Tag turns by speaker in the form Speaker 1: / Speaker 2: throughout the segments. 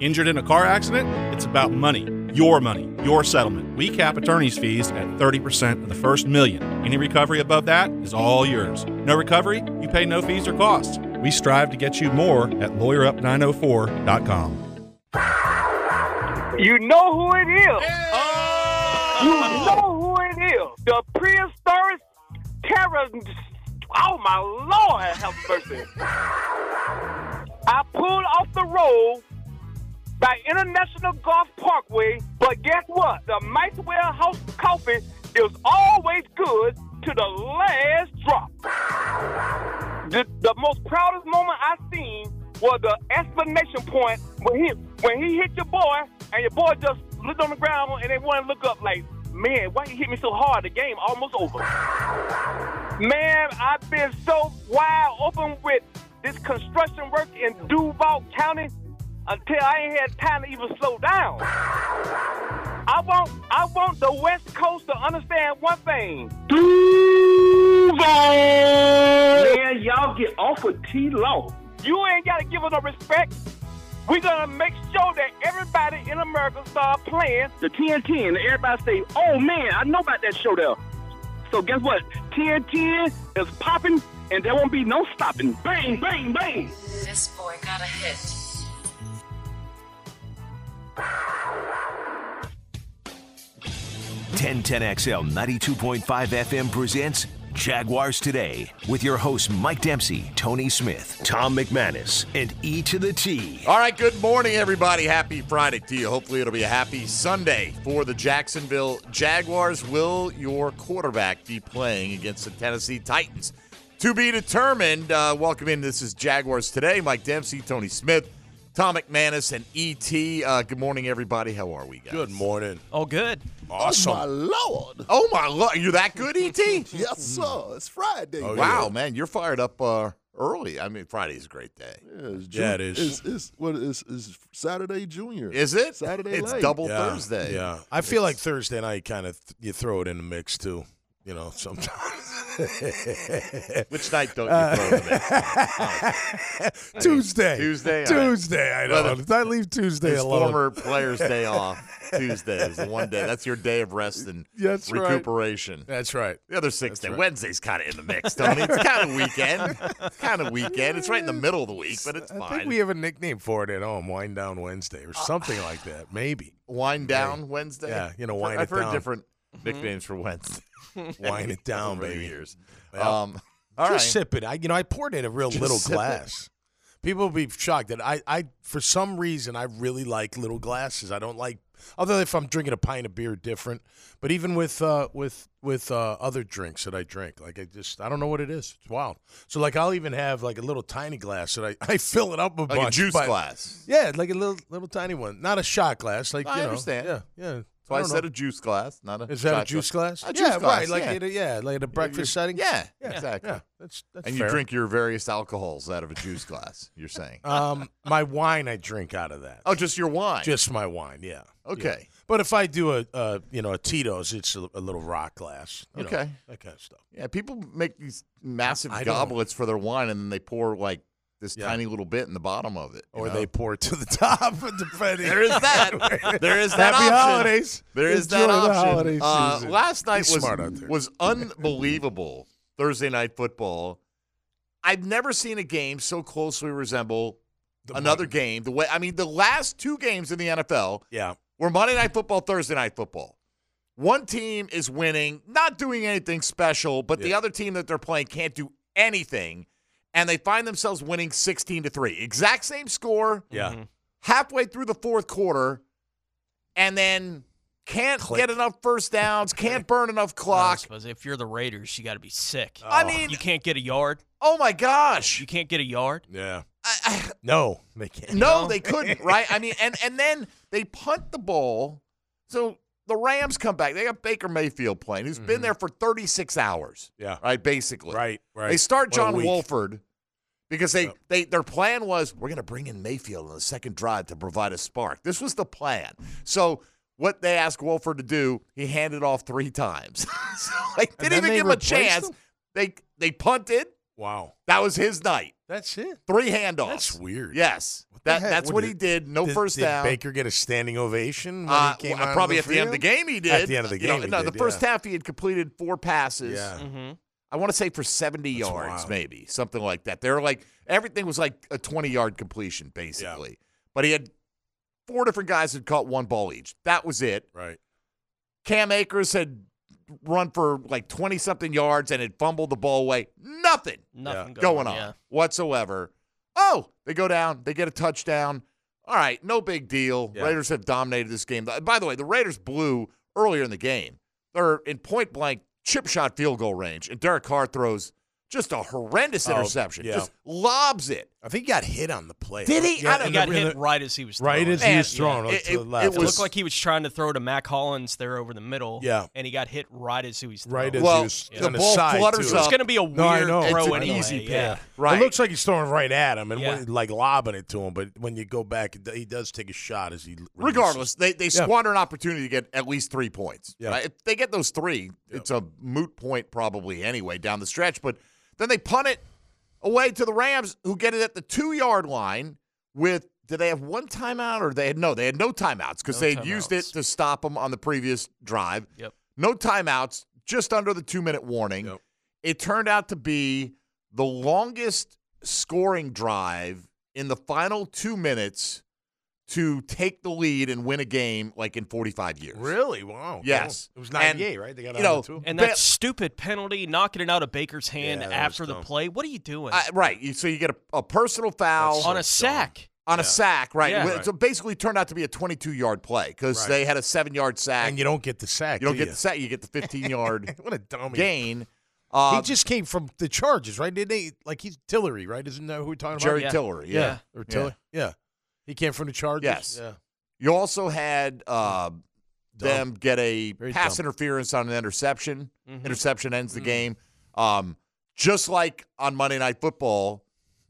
Speaker 1: Injured in a car accident? It's about money. Your money, your settlement. We cap attorney's fees at 30% of the first million. Any recovery above that is all yours. No recovery? You pay no fees or costs. We strive to get you more at lawyerup904.com.
Speaker 2: You know who it is. You know who it is. The prehistoric terror. Oh my lord, have mercy. I pulled off the road by International Golf Parkway, but guess what? The Maxwell House coffee is always good to the last drop. The, the most proudest moment I seen was the explanation point when he when he hit your boy and your boy just looked on the ground and they wouldn't look up like, man, why you hit me so hard? The game almost over. Man, I've been so wide open with this construction work in Duval County until I ain't had time to even slow down. I want I want the West Coast to understand one thing.
Speaker 3: Man,
Speaker 2: y'all get off of T Law. You ain't gotta give us no respect. We're gonna make sure that everybody in America start playing.
Speaker 3: The TNT and everybody say, oh man, I know about that show there. So guess what? TNT is popping and there won't be no stopping. Bang, bang, bang.
Speaker 4: This boy got a hit.
Speaker 5: Ten Ten XL 92.5 FM presents Jaguars Today with your hosts Mike Dempsey, Tony Smith, Tom McManus, and E to the T.
Speaker 6: All right, good morning, everybody. Happy Friday to you. Hopefully, it'll be a happy Sunday for the Jacksonville Jaguars. Will your quarterback be playing against the Tennessee Titans? To be determined. Uh, welcome in. This is Jaguars Today. Mike Dempsey, Tony Smith, Tom McManus, and E.T. Uh, good morning, everybody. How are we, guys?
Speaker 7: Good morning.
Speaker 8: Oh, good.
Speaker 6: Awesome.
Speaker 7: Oh, my Lord.
Speaker 6: Oh, my Lord. You're that good, E.T.?
Speaker 7: Yes, sir. It's Friday.
Speaker 6: Oh, wow, man, you're fired up uh, early. I mean, Friday's a great day.
Speaker 7: Yeah, it's
Speaker 1: Yeah, it is.
Speaker 7: It's, it's, what is, is Saturday Junior.
Speaker 6: Is it?
Speaker 7: Saturday
Speaker 6: It's
Speaker 7: late.
Speaker 6: double
Speaker 7: Yeah.
Speaker 6: Thursday.
Speaker 7: Yeah.
Speaker 6: It's-
Speaker 7: I
Speaker 6: I
Speaker 7: feel
Speaker 6: feel
Speaker 7: like
Speaker 6: like
Speaker 7: Thursday night kind of you throw it in the mix too. You know, sometimes.
Speaker 6: Which night don't you throw them in?
Speaker 7: Uh, Tuesday.
Speaker 6: Tuesday, all right.
Speaker 7: Tuesday. I know.
Speaker 6: Well, the-
Speaker 7: If I leave Tuesday
Speaker 6: It's
Speaker 7: alone.
Speaker 6: former players' day off. Tuesday is the one day. That's your day of rest and
Speaker 7: That's right.
Speaker 6: recuperation.
Speaker 7: That's right.
Speaker 6: The other six day. Wednesday's kind of in the mix, Tony. It's kind of weekend. It's kind of weekend. It's right in the middle of the week, but it's
Speaker 7: I
Speaker 6: fine.
Speaker 7: think we have a nickname for it at home, Wind Down Wednesday or something like that. Maybe.
Speaker 6: Uh, wind down Wednesday.
Speaker 7: Yeah, you know,
Speaker 6: I've-
Speaker 7: wind it
Speaker 6: I've heard
Speaker 7: down.
Speaker 6: different
Speaker 7: Mm-hmm.
Speaker 6: nicknames for Wednesday.
Speaker 7: Wind it down,
Speaker 6: over the
Speaker 7: baby.
Speaker 6: Years.
Speaker 7: Well,
Speaker 6: um, all
Speaker 7: just
Speaker 6: right.
Speaker 7: sip it. I, you know, I poured it in a real
Speaker 6: Just
Speaker 7: little
Speaker 6: sip it.
Speaker 7: glass. People will be shocked that I, I, for some reason, I really like little glasses. I don't like, although if I'm drinking a pint of beer, different. But even with, uh, with, with uh, other drinks that I drink, like I just, I don't know what it is. It's wild. So like, I'll even have like a little tiny glass that I, I fill it up a
Speaker 6: Like a
Speaker 7: bunch,
Speaker 6: juice
Speaker 7: but-
Speaker 6: glass.
Speaker 7: Yeah, like a little, little tiny one, not a shot glass. Like
Speaker 6: I
Speaker 7: you know,
Speaker 6: understand.
Speaker 7: Yeah, yeah.
Speaker 6: So I,
Speaker 7: don't know.
Speaker 6: said a juice glass, not a.
Speaker 7: Is that a
Speaker 6: shot
Speaker 7: juice glass?
Speaker 6: A juice
Speaker 7: yeah,
Speaker 6: glass,
Speaker 7: right. Like
Speaker 6: yeah.
Speaker 7: at a, yeah, like at a breakfast setting.
Speaker 6: Yeah,
Speaker 7: Yeah,
Speaker 6: exactly.
Speaker 7: Yeah, that's that's
Speaker 6: And
Speaker 7: fair.
Speaker 6: you drink your various alcohols out of a juice glass. You're saying?
Speaker 7: Um, my wine I drink out of that.
Speaker 6: oh, just your wine.
Speaker 7: just my wine. Yeah.
Speaker 6: Okay.
Speaker 7: Yeah. But if I do a, a you know a Tito's, it's a, a little rock glass. you know,
Speaker 6: Okay.
Speaker 7: that kind of stuff.
Speaker 6: Yeah, people make these massive
Speaker 7: I don't-
Speaker 6: goblets for their wine, and then they pour like this
Speaker 7: Yeah.
Speaker 6: tiny little bit in the bottom of it. you
Speaker 7: Or
Speaker 6: know?
Speaker 7: they pour it to the top, Ah, depending.
Speaker 6: There is that. there is that
Speaker 7: Happy
Speaker 6: option.
Speaker 7: holidays.
Speaker 6: There is that
Speaker 7: Enjoy the
Speaker 6: option.
Speaker 7: holiday
Speaker 6: Uh,
Speaker 7: season.
Speaker 6: last night
Speaker 7: Be
Speaker 6: was
Speaker 7: smart out there.
Speaker 6: was unbelievable. Thursday night football. I've never seen a game so closely resemble
Speaker 7: The
Speaker 6: another
Speaker 7: Monday-
Speaker 6: game. The way I mean, the last two games in the NFL
Speaker 7: Yeah.
Speaker 6: were Monday Night Football, Thursday Night Football. One team is winning, not doing anything special, but the
Speaker 7: Yeah.
Speaker 6: other team that they're playing can't do anything, and they find themselves winning 16 to 3. Exact same score
Speaker 7: Yeah.
Speaker 6: halfway through the fourth quarter, and then can't
Speaker 7: Click.
Speaker 6: get enough first downs, can't burn enough
Speaker 8: I
Speaker 6: clock.
Speaker 8: suppose if you're the Raiders, you got to be sick.
Speaker 7: Oh.
Speaker 6: I mean,
Speaker 8: you can't get a yard.
Speaker 6: oh my
Speaker 8: You
Speaker 6: gosh.
Speaker 8: can't get a yard.
Speaker 7: Yeah.
Speaker 6: I, I,
Speaker 7: No, they can't.
Speaker 6: No, they couldn't, right? I mean, and and then they punt the ball. So the Rams come back. They got Baker Mayfield playing, who's been there for 36 hours.
Speaker 7: Mm-hmm. Yeah.
Speaker 6: Right, basically.
Speaker 7: Right. Right.
Speaker 6: They start
Speaker 7: What a
Speaker 6: John
Speaker 7: week.
Speaker 6: Wolford because they,
Speaker 7: Yep.
Speaker 6: they their plan was we're going to bring in Mayfield on the second drive to provide a spark. This was the plan. So what they asked Wolford to do, he handed off three times. so they
Speaker 7: And
Speaker 6: didn't
Speaker 7: then
Speaker 6: even
Speaker 7: they
Speaker 6: give him a
Speaker 7: replaced
Speaker 6: chance.
Speaker 7: him?
Speaker 6: They they punted.
Speaker 7: Wow.
Speaker 6: That was his night.
Speaker 7: That's it.
Speaker 6: Three handoffs.
Speaker 7: That's weird.
Speaker 6: Yes.
Speaker 7: the
Speaker 6: that,
Speaker 7: heck?
Speaker 6: that's
Speaker 7: What
Speaker 6: what
Speaker 7: did-
Speaker 6: he did. No
Speaker 7: Did-
Speaker 6: first
Speaker 7: did
Speaker 6: down.
Speaker 7: Baker get a standing ovation when
Speaker 6: Uh,
Speaker 7: he came
Speaker 6: well,
Speaker 7: out
Speaker 6: probably
Speaker 7: on
Speaker 6: at the end of the game, he did.
Speaker 7: At the end of the
Speaker 6: You know,
Speaker 7: game he
Speaker 6: no,
Speaker 7: did,
Speaker 6: the first
Speaker 7: yeah.
Speaker 6: half he had completed four passes.
Speaker 7: Yeah.
Speaker 6: I want to say for seventy yards,
Speaker 7: wild.
Speaker 6: maybe something like that. They're like everything was like a twenty-yard completion, basically. But he had four different guys that caught one ball each. That was it.
Speaker 7: Right.
Speaker 6: Cam Akers had run for like twenty something yards and had fumbled the ball away. Nothing
Speaker 8: Nothing
Speaker 6: going on
Speaker 8: yeah.
Speaker 6: whatsoever. Oh, they go down. They get a touchdown. All right, no big deal.
Speaker 7: Yeah.
Speaker 6: Raiders have dominated this game. By the way, the Raiders blew earlier in the game. They're in point blank chip shot field goal range, and Derek Carr throws just a horrendous
Speaker 7: Oh,
Speaker 6: interception.
Speaker 7: yeah.
Speaker 6: Just lobs it.
Speaker 7: I think he got hit on the play.
Speaker 6: Did he? I
Speaker 7: Yeah,
Speaker 6: don't-
Speaker 8: He
Speaker 7: and
Speaker 8: got
Speaker 7: the-
Speaker 8: hit
Speaker 7: the-
Speaker 8: right as he was throwing.
Speaker 7: right as he
Speaker 6: Man,
Speaker 7: was thrown
Speaker 6: yeah,
Speaker 7: like, to
Speaker 6: it-
Speaker 7: the
Speaker 6: it
Speaker 7: left.
Speaker 8: It
Speaker 6: was-
Speaker 8: looked like he was trying to throw to Mac Hollins there over the middle.
Speaker 7: Yeah.
Speaker 8: And he got hit right as he was throwing.
Speaker 7: right as
Speaker 6: Well,
Speaker 7: he was
Speaker 6: the
Speaker 7: on his
Speaker 6: ball
Speaker 7: side,
Speaker 6: flutters
Speaker 7: too.
Speaker 8: it's
Speaker 6: up.
Speaker 8: going to be a
Speaker 7: No, I
Speaker 8: weird
Speaker 7: know.
Speaker 8: throw
Speaker 6: It's an
Speaker 8: anyway.
Speaker 6: easy
Speaker 8: yeah.
Speaker 6: pick. Right.
Speaker 7: It looks like he's throwing right at him and
Speaker 8: Yeah.
Speaker 7: when- like lobbing it to him, but when you go back, it- he does take a shot as he. releases.
Speaker 6: Regardless, they, they
Speaker 7: Yeah.
Speaker 6: squander an opportunity to get at least three points.
Speaker 7: Yeah.
Speaker 6: Right? If they get those three, it's a moot point probably anyway down the stretch. But then they punt it away to the Rams, who get it at the two yard line with. Did they have one timeout or they had no? They had no timeouts because
Speaker 8: No
Speaker 6: they had used it
Speaker 8: timeouts.
Speaker 6: to stop them on the previous drive.
Speaker 8: Yep.
Speaker 6: No timeouts, just under the two minute warning.
Speaker 7: Yep.
Speaker 6: It turned out to be the longest scoring drive in the final two minutes to take the lead and win a game like in 45 years.
Speaker 7: Really? Wow.
Speaker 6: Yes.
Speaker 7: Cool. It was
Speaker 6: And,
Speaker 7: 98, right? They got
Speaker 6: you
Speaker 7: out
Speaker 6: know,
Speaker 7: of two.
Speaker 8: And
Speaker 6: Ba-
Speaker 8: that stupid penalty, knocking it out of Baker's hand
Speaker 7: Yeah, that was
Speaker 8: after the
Speaker 7: dumb.
Speaker 8: play. What are you doing?
Speaker 6: I, right. you- So you get a, a personal foul
Speaker 7: That's
Speaker 8: on
Speaker 7: so
Speaker 8: a sack.
Speaker 6: on a
Speaker 7: yeah.
Speaker 6: sack, right?
Speaker 8: Yeah.
Speaker 6: Wh- So basically turned out to be a 22 yard play because
Speaker 7: Right.
Speaker 6: they had a seven yard sack.
Speaker 7: And you don't get the sack.
Speaker 6: You don't
Speaker 7: do
Speaker 6: get the sack, you get the 15 yard
Speaker 7: what a dummy.
Speaker 6: gain. Uh,
Speaker 7: he just came from the Chargers, right? Did they like he's Tillery, right? Isn't that who we're talking
Speaker 6: Jerry
Speaker 8: yeah.
Speaker 6: Tillery.
Speaker 7: about?
Speaker 6: yeah.
Speaker 7: Or Tillery? Yeah. He came from the Chargers.
Speaker 6: Yes.
Speaker 7: Yeah.
Speaker 6: You also had uh, them get a
Speaker 7: Very
Speaker 6: pass
Speaker 7: dumb. Mm-hmm.
Speaker 6: interference on an interception. Interception ends the game. Um, just like on Monday Night Football,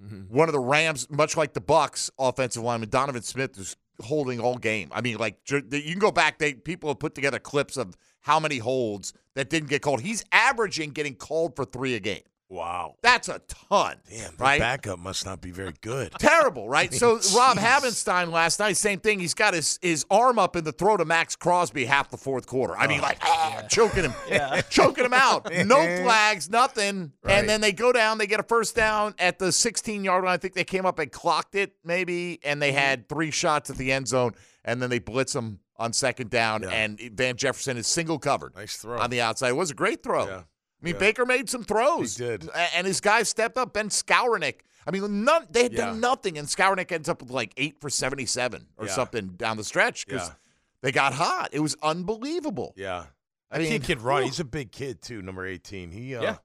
Speaker 7: Mm-hmm.
Speaker 6: one of the Rams, much like the Bucks offensive lineman Donovan Smith, was holding all game. I mean, like ju- you can go back; they people have put together clips of how many holds that didn't get called. He's averaging getting called for three a game.
Speaker 7: Wow.
Speaker 6: That's a ton.
Speaker 7: Damn, the
Speaker 6: right?
Speaker 7: backup must not be very good.
Speaker 6: terrible, right?
Speaker 7: mean,
Speaker 6: so
Speaker 7: jeez.
Speaker 6: Rob Havenstein last night, same thing. He's got his, his arm up in the throat of Max Crosby half the fourth quarter. I mean, like ah, choking him, choking him out. No flags, nothing.
Speaker 7: Right.
Speaker 6: And then they go down. They get a first down at the 16 yard line. I think they came up and clocked it maybe, and
Speaker 7: Mm-hmm.
Speaker 6: they had three shots at the end zone, and then they blitz him on second down,
Speaker 7: Yeah.
Speaker 6: and Van Jefferson is single covered
Speaker 7: Nice throw.
Speaker 6: on the outside. It was a great throw.
Speaker 7: Yeah.
Speaker 6: I mean,
Speaker 7: Yeah.
Speaker 6: Baker made some throws.
Speaker 7: He did.
Speaker 6: A- And his guys stepped up. Ben Skowronek. I mean, none, they had done
Speaker 7: Yeah.
Speaker 6: nothing, and Skowronek ends up with like eight for 77 or
Speaker 7: Yeah.
Speaker 6: something down the stretch because
Speaker 7: Yeah.
Speaker 6: they got hot. It was unbelievable.
Speaker 7: yeah.
Speaker 6: I
Speaker 7: I
Speaker 6: mean,
Speaker 7: kid can run.
Speaker 6: whew.
Speaker 7: He's a big kid too, number eighteen. He uh
Speaker 8: Yeah.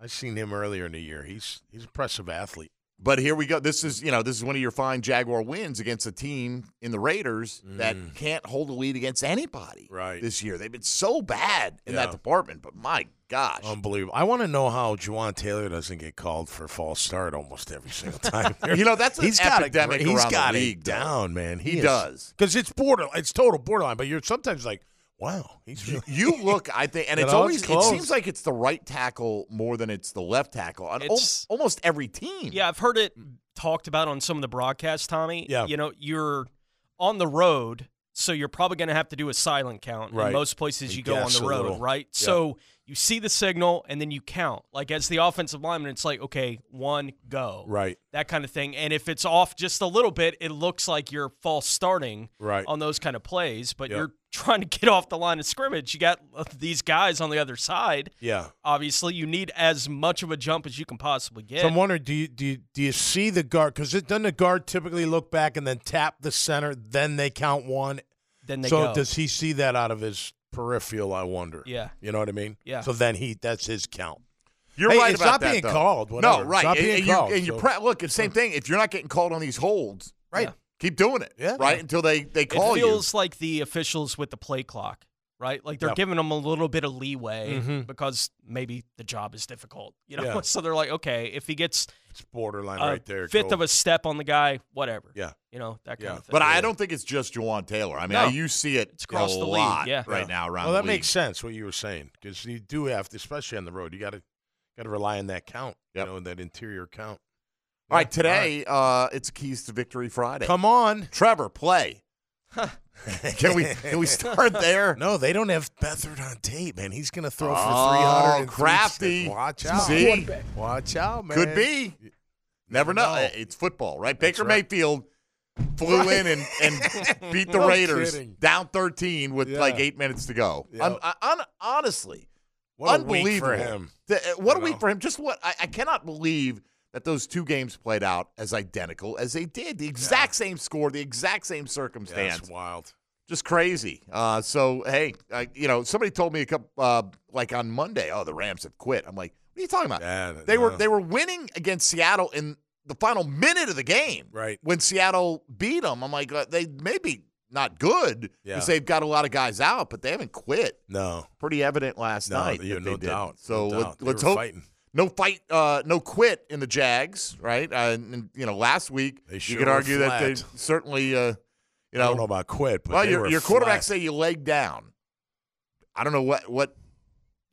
Speaker 7: I seen him earlier in the year. He's he's an impressive athlete.
Speaker 6: But here we go. This is, you know, this is one of your fine Jaguar wins against a team in the Raiders that can't hold a lead against anybody
Speaker 7: Mm. Right.
Speaker 6: this year. They've been so bad in that
Speaker 7: Yeah.
Speaker 6: department, but my gosh.
Speaker 7: Unbelievable. I want to know how Juwan Taylor doesn't get called for a false start almost every single time.
Speaker 6: You know, that's an
Speaker 7: he's got
Speaker 6: epidemic
Speaker 7: a, great- he's
Speaker 6: around the
Speaker 7: got
Speaker 6: league,
Speaker 7: it
Speaker 6: though.
Speaker 7: down, man. He,
Speaker 6: He does.
Speaker 7: because it's border, it's total borderline. But you're sometimes like, wow, he's really,
Speaker 6: You look, I think, and
Speaker 7: You
Speaker 6: it's
Speaker 7: know,
Speaker 6: always
Speaker 7: it's
Speaker 6: it
Speaker 7: close.
Speaker 6: seems like it's the right tackle more than it's the left tackle oh, on al-
Speaker 8: It's-
Speaker 6: almost every team.
Speaker 8: Yeah, I've heard it talked about on some of the broadcasts, Tommy.
Speaker 7: Yeah.
Speaker 8: You know, you're on the road, so you're probably going to have to do a silent count.
Speaker 7: Right.
Speaker 8: In most places
Speaker 7: They
Speaker 8: you go on
Speaker 7: guess
Speaker 8: the
Speaker 7: a
Speaker 8: road,
Speaker 7: little.
Speaker 8: right?
Speaker 7: Yeah.
Speaker 8: So you see the signal and then you count. Like as the offensive lineman, it's like, okay, one, go.
Speaker 7: right,
Speaker 8: That kind of thing. And if it's off just a little bit, it looks like you're false starting
Speaker 7: right.
Speaker 8: on those kind of plays, but
Speaker 7: Yeah.
Speaker 8: you're trying to get off the line of scrimmage. You got uh, these guys on the other side.
Speaker 7: yeah.
Speaker 8: Obviously, you need as much of a jump as you can possibly get.
Speaker 7: So I'm wondering, do you do you, do you see the guard? Because doesn't the guard typically look back and then tap the center, then they count one?
Speaker 8: then they
Speaker 7: so
Speaker 8: go.
Speaker 7: does he see that out of his peripheral? I wonder.
Speaker 8: Yeah.
Speaker 7: you know what I mean.
Speaker 8: Yeah.
Speaker 7: So then he that's his count.
Speaker 6: You're
Speaker 7: Hey,
Speaker 6: right
Speaker 7: it's
Speaker 6: about
Speaker 7: not
Speaker 6: that.
Speaker 7: being
Speaker 6: though.
Speaker 7: called, whatever.
Speaker 6: No,
Speaker 7: It's
Speaker 6: right.
Speaker 7: not
Speaker 6: and,
Speaker 7: being
Speaker 6: and you-
Speaker 7: called,
Speaker 6: and you
Speaker 7: so-
Speaker 6: pre- look, it's the same thing. If you're not getting called on these holds,
Speaker 7: Right.
Speaker 6: keep doing it.
Speaker 7: Yeah.
Speaker 6: Right until they they call
Speaker 8: it feels like the officials with the play clock, right? Like they're
Speaker 7: Yeah.
Speaker 8: giving them a little bit of leeway
Speaker 7: Mhm.
Speaker 8: because maybe the job is difficult, you know.
Speaker 7: Yeah.
Speaker 8: so they're like, okay, if he gets
Speaker 7: It's borderline
Speaker 8: a
Speaker 7: right there.
Speaker 8: fifth
Speaker 7: Cole.
Speaker 8: of a step on the guy, whatever,
Speaker 7: Yeah.
Speaker 8: you know that kind
Speaker 7: Yeah.
Speaker 8: of
Speaker 6: you.
Speaker 8: thing.
Speaker 6: But I don't think it's just Jawan Taylor. I mean,
Speaker 8: No.
Speaker 6: I, you see it
Speaker 8: It's across
Speaker 6: a
Speaker 8: the league,
Speaker 6: lot
Speaker 8: yeah.
Speaker 6: right
Speaker 7: Yeah.
Speaker 6: now around.
Speaker 7: Well, that
Speaker 6: the
Speaker 7: makes
Speaker 6: league.
Speaker 7: sense what you were saying because you do have to, especially on the road, you got to got to rely on that count.
Speaker 6: Yep.
Speaker 7: You know, that interior count.
Speaker 6: All right, today Uh, it's Keys to Victory Friday.
Speaker 7: Come on.
Speaker 6: Trevor, play. can we can we start there?
Speaker 7: No, they don't have Bethard on tape, man. He's going to throw
Speaker 6: Oh,
Speaker 7: for 300.
Speaker 6: crafty.
Speaker 7: Watch out.
Speaker 6: See?
Speaker 7: Watch out, man.
Speaker 6: Could be. Never know.
Speaker 7: know.
Speaker 6: It's football, right? Baker
Speaker 7: right.
Speaker 6: Mayfield flew in and, and beat the
Speaker 7: No
Speaker 6: Raiders
Speaker 7: kidding.
Speaker 6: down 13 with
Speaker 7: Yeah.
Speaker 6: like eight minutes to go.
Speaker 7: Yep.
Speaker 6: Un- I- un- honestly,
Speaker 7: What a
Speaker 6: unbelievable.
Speaker 7: week for him.
Speaker 6: Th- uh, what a
Speaker 7: You
Speaker 6: week
Speaker 7: know?
Speaker 6: for him. Just what I, I cannot believe that those two games played out as identical as they did. The exact same score, the exact same
Speaker 7: Yeah,
Speaker 6: circumstance
Speaker 7: That's wild.
Speaker 6: just crazy. Uh, so hey, I, you know, somebody told me a couple uh, like on Monday, oh, the Rams have quit. I'm like, what are you talking about?
Speaker 7: Yeah,
Speaker 6: they were
Speaker 7: no.
Speaker 6: they were winning against Seattle in the final minute of the game,
Speaker 7: Right.
Speaker 6: When Seattle beat them, I'm like, uh, they maybe not good
Speaker 7: Yeah.
Speaker 6: because they've got a lot of guys out, but they haven't quit.
Speaker 7: No.
Speaker 6: Pretty evident last
Speaker 7: No,
Speaker 6: night.
Speaker 7: yeah,
Speaker 6: that they
Speaker 7: no
Speaker 6: did.
Speaker 7: doubt, no
Speaker 6: So let,
Speaker 7: doubt. They
Speaker 6: us
Speaker 7: were
Speaker 6: hope
Speaker 7: fighting.
Speaker 6: no fight, uh, no quit in the Jags, right? Uh, and, and, you know, last week
Speaker 7: They
Speaker 6: you
Speaker 7: sure
Speaker 6: could
Speaker 7: were
Speaker 6: argue that they
Speaker 7: flat.
Speaker 6: certainly, uh, you
Speaker 7: I
Speaker 6: know,
Speaker 7: don't know about quit, but
Speaker 6: well,
Speaker 7: they
Speaker 6: your,
Speaker 7: were
Speaker 6: your quarterback
Speaker 7: flat.
Speaker 6: said you laid down. I don't know what what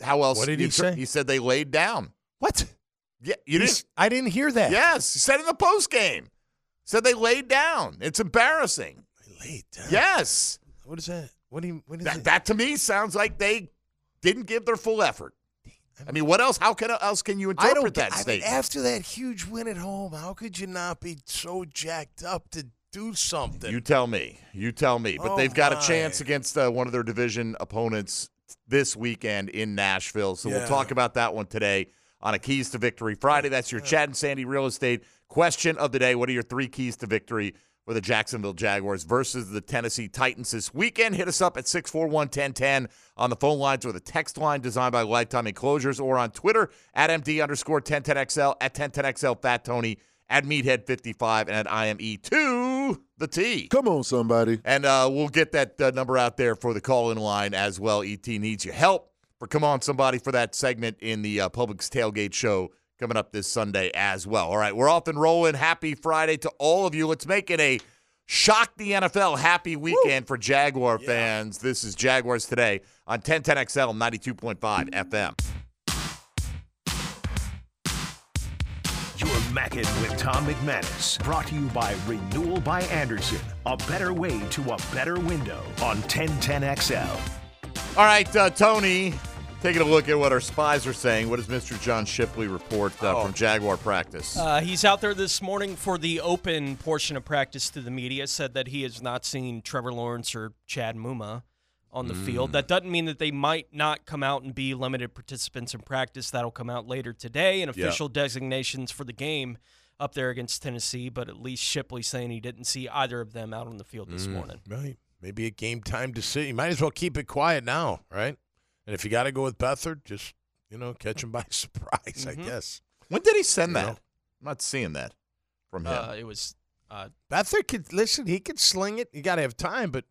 Speaker 6: how else.
Speaker 7: What did
Speaker 6: you
Speaker 7: he
Speaker 6: ter-
Speaker 7: say?
Speaker 6: He said they laid down.
Speaker 7: What?
Speaker 6: Yeah, you
Speaker 7: He's-
Speaker 6: didn't.
Speaker 7: I didn't hear that.
Speaker 6: Yes, he said in the post game. Said they laid down. It's embarrassing.
Speaker 7: Late. huh?
Speaker 6: Yes,
Speaker 7: What is that? What do you? What is
Speaker 6: that
Speaker 7: it?
Speaker 6: that to me sounds like they didn't give their full effort. I mean, what else? How can else can you interpret that
Speaker 7: get- I mean,
Speaker 6: statement?
Speaker 7: after that huge win at home, how could you not be so jacked up to do something?
Speaker 6: You tell me. You tell me. But
Speaker 7: Oh,
Speaker 6: they've got
Speaker 7: my.
Speaker 6: a chance against uh, one of their division opponents this weekend in Nashville. So
Speaker 7: Yeah.
Speaker 6: we'll talk about that one today on a Keys to Victory Friday. That's your Chad and Sandy Real Estate question of the day. What are your three keys to victory for the Jacksonville Jaguars versus the Tennessee Titans this weekend? Hit us up at 641 1010 on the phone lines or the text line designed by Lifetime Enclosures or on Twitter at MD underscore 1010XL at 1010XL Fat Tony. At Meathead55 and at IME2, the T.
Speaker 9: Come on, somebody.
Speaker 6: And uh, we'll get that uh, number out there for the call in line as well. ET needs your help for Come On Somebody for that segment in the uh, Publix Tailgate Show coming up this Sunday as well. All right, we're off and rolling. Happy Friday to all of you. Let's make it a shock the NFL happy weekend for Jaguar fans. This is Jaguars Today on 1010XL 92.5 FM.
Speaker 5: You're Mackin' with Tom McManus. Brought to you by Renewal by Anderson. A better way to a better window on 1010XL.
Speaker 6: All right, uh, Tony, taking a look at what our spies are saying. What does Mr. John Shipley report uh, from Jaguar practice?
Speaker 8: Uh, he's out there this morning for the open portion of practice to the media. Said that he has not seen Trevor Lawrence or Chad Muma on the field. That doesn't mean that they might not come out and be limited participants in practice. That'll come out later today, and official designations for the game up there against Tennessee. But at least Shipley saying he didn't see either of them out on the field
Speaker 6: Mm.
Speaker 7: Mm.
Speaker 8: this morning.
Speaker 7: Right. Maybe a game time decision. You might as well keep it quiet now, right? And if you got to go with Bethard, just you know, catch him by surprise. I guess
Speaker 6: When did he send
Speaker 7: You
Speaker 6: that?
Speaker 7: know?
Speaker 6: I'm not seeing that from him.
Speaker 8: Uh, it was uh,
Speaker 7: Bethard could listen. He could sling it. You got to have time, but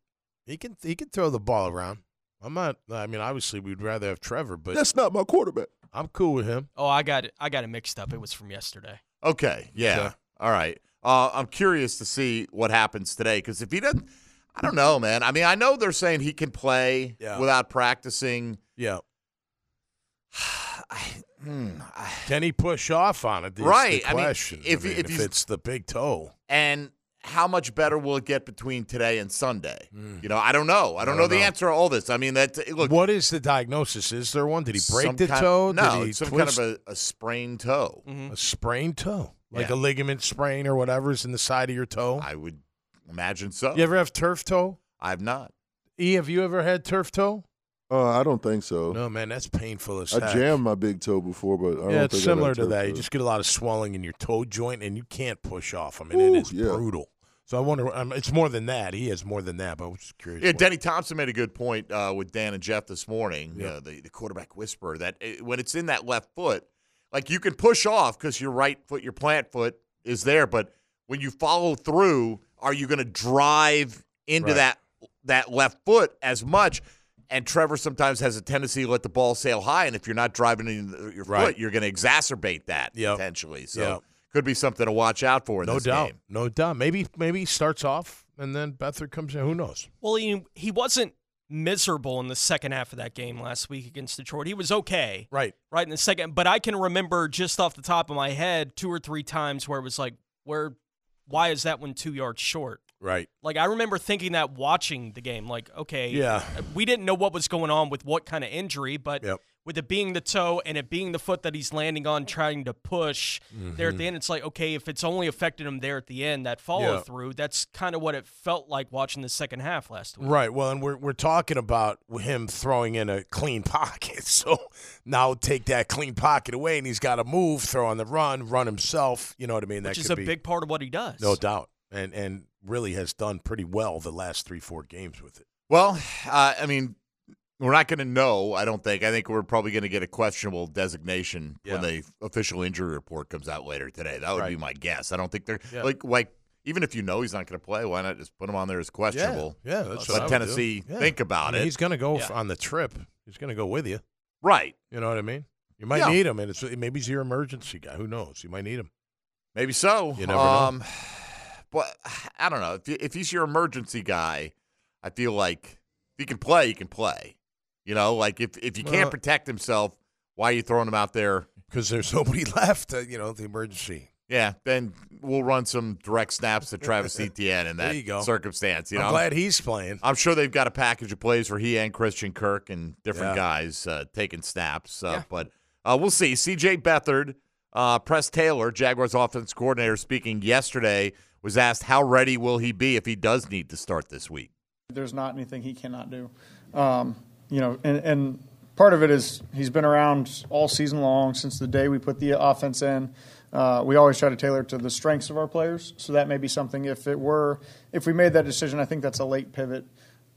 Speaker 7: he can he can throw the ball around. I'm not. I mean, obviously, we'd rather have Trevor, but
Speaker 9: That's not my quarterback.
Speaker 7: I'm cool with him.
Speaker 8: oh, I got it. I got it mixed up. It was from yesterday.
Speaker 6: okay, yeah.
Speaker 7: Okay.
Speaker 6: All right. Uh, I'm curious to see what happens today because if he doesn't, I don't know, man. I mean, I know they're saying he can play
Speaker 7: Yeah.
Speaker 6: without practicing.
Speaker 7: Yeah.
Speaker 6: Hmm, I-
Speaker 7: Can he push off on it? Is the
Speaker 6: Right, I mean,
Speaker 7: question.
Speaker 6: if- if
Speaker 7: if
Speaker 6: he's-
Speaker 7: it's the big toe,
Speaker 6: and how much better will it get between today and Sunday? You know, I don't know. I don't, know, the answer to all this. I mean, that look.
Speaker 7: Mm-hmm. what is the diagnosis? Is there one? Did he break
Speaker 6: some
Speaker 7: the
Speaker 6: kind-
Speaker 7: toe?
Speaker 6: No,
Speaker 7: Did he
Speaker 6: it's some
Speaker 7: twist Mm-hmm.
Speaker 6: kind of a, a sprained toe.
Speaker 7: a sprained toe, like
Speaker 6: Yeah.
Speaker 7: a ligament sprain or whatever's in the side of your toe.
Speaker 6: I would imagine so.
Speaker 7: You ever have turf toe?
Speaker 6: I've not.
Speaker 7: E, have you ever had turf toe?
Speaker 9: Uh, I don't think so.
Speaker 7: No, man, that's painful as
Speaker 9: I
Speaker 7: heck.
Speaker 9: jammed my big toe before, but I don't
Speaker 7: Yeah, it's
Speaker 9: think
Speaker 7: similar
Speaker 9: I've
Speaker 7: to that. You just get a lot of swelling in your toe joint, and you can't push off. I mean, it
Speaker 9: Ooh,
Speaker 7: is
Speaker 9: yeah.
Speaker 7: brutal. So I wonder. Um, it's more than that. He has more than that. But I was just curious.
Speaker 6: Yeah,
Speaker 7: what-
Speaker 6: Denny Thompson made a good point uh, with Dan and Jeff this morning.
Speaker 7: Yeah.
Speaker 6: Uh, the, the quarterback whisperer that uh when it's in that left foot, like you can push off because your right foot, your plant foot is there, but when you follow through, are you going to drive into
Speaker 7: Right.
Speaker 6: that that left foot as much? And Trevor sometimes has a tendency to let the ball sail high, and if you're not driving in the- your
Speaker 7: Right.
Speaker 6: foot, you're going to exacerbate that
Speaker 7: Yep.
Speaker 6: potentially. So
Speaker 7: Yep.
Speaker 6: could be something to watch out for. In
Speaker 7: no
Speaker 6: this
Speaker 7: doubt.
Speaker 6: game.
Speaker 7: No doubt. Maybe maybe he starts off, and then Bethard comes in. Who knows?
Speaker 8: Well, he, he wasn't miserable in the second half of that game last week against Detroit. He was okay
Speaker 7: Right.
Speaker 8: right in the second, but I can remember just off the top of my head two or three times where it was like, where, why is that one two yards short?
Speaker 7: Right.
Speaker 8: Like I remember thinking that watching the game, like okay,
Speaker 7: Yeah.
Speaker 8: we didn't know what was going on with what kind of injury, but
Speaker 7: Yep.
Speaker 8: with it being the toe and it being the foot that he's landing on, trying to push there
Speaker 7: Mm-hmm.
Speaker 8: at the end, it's like okay, if it's only affected him there at the end, that follow through, that's kind of what it felt like watching the second half last week.
Speaker 7: Right. Well, and we're we're talking about him throwing in a clean pocket. So now take that clean pocket away, and he's got to move, throw on the run, run himself. You know what I mean? That
Speaker 8: Which is
Speaker 7: could
Speaker 8: a
Speaker 7: be
Speaker 8: big part of what he does.
Speaker 7: no doubt, and and really has done pretty well the last three four games with it.
Speaker 6: Well, uh, I mean, we're not going to know. I don't think. I think we're probably going to get a questionable designation when the official injury report comes out later today. That would be
Speaker 7: Right.
Speaker 6: my guess. I don't think they're
Speaker 7: Yeah.
Speaker 6: like like even if you know he's not going to play, why not just put him on there as questionable?
Speaker 7: Yeah, that's what I
Speaker 6: Let
Speaker 7: would
Speaker 6: Tennessee
Speaker 7: do. Yeah.
Speaker 6: think about
Speaker 7: I mean,
Speaker 6: it.
Speaker 7: He's going to go
Speaker 8: Yeah.
Speaker 7: f on the trip. He's going to go with you.
Speaker 6: right.
Speaker 7: You know what I mean? You might
Speaker 6: Yeah.
Speaker 7: need him, and it's maybe he's your emergency guy. Who knows? You might need him.
Speaker 6: Maybe so.
Speaker 7: You never know.
Speaker 6: um, But I don't know. If, if he's your emergency guy, I feel like if he can play, he can play. You know, like if, if he can't
Speaker 7: Well-
Speaker 6: protect himself, why are you throwing him out there?
Speaker 7: because there's nobody left. Uh, you know, the emergency.
Speaker 6: Yeah, then we'll run some direct snaps to Travis Etienne in
Speaker 7: There
Speaker 6: that
Speaker 7: you go.
Speaker 6: circumstance. You know,
Speaker 7: I'm glad he's playing.
Speaker 6: I'm sure they've got a package of plays for he and Christian Kirk and different
Speaker 7: Yeah.
Speaker 6: guys uh, taking snaps. Uh, But uh, we'll see. C.J. Beathard, uh, Press Taylor, Jaguars offense coordinator, speaking yesterday, was asked how ready will he be if he does need to start this week.
Speaker 10: There's not anything he cannot do. Um, you know, and, and part of it is he's been around all season long since the day we put the offense in. Uh, we always try to tailor it to the strengths of our players, so that may be something. If it were, if we made that decision, I think that's a late pivot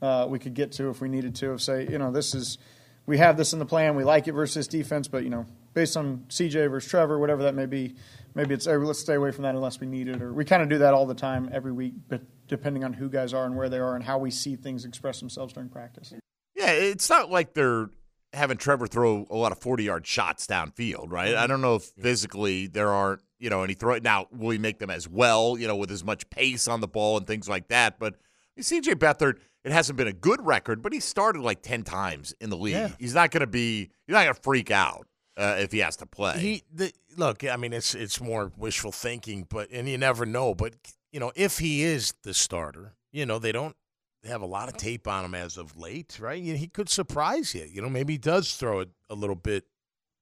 Speaker 10: uh, we could get to if we needed to. Of say, you know, this is we have this in the plan. We like it versus defense, but you know, based on CJ versus Trevor, whatever that may be, maybe it's hey, let's stay away from that unless we need it. Or we kind of do that all the time every week, but depending on who guys are and where they are and how we see things express themselves during practice.
Speaker 6: Yeah, it's not like they're having Trevor throw a lot of 40 yard shots downfield, right?
Speaker 7: Mm-hmm.
Speaker 6: I don't know if physically there aren't, you know, any throw. Now, will he make them as well, you know, with as much pace on the ball and things like that? But CJ Beathard, it hasn't been a good record, but he started like 10 times in the league.
Speaker 7: Yeah.
Speaker 6: He's not going to be, he's not going to freak out uh, if he has to play.
Speaker 7: He the, look. I mean, it's it's more wishful thinking, but and you never know. But you know, if he is the starter, you know they don't have a lot of tape on him as of late, right? You- He could surprise you. You know, maybe he does throw it a little bit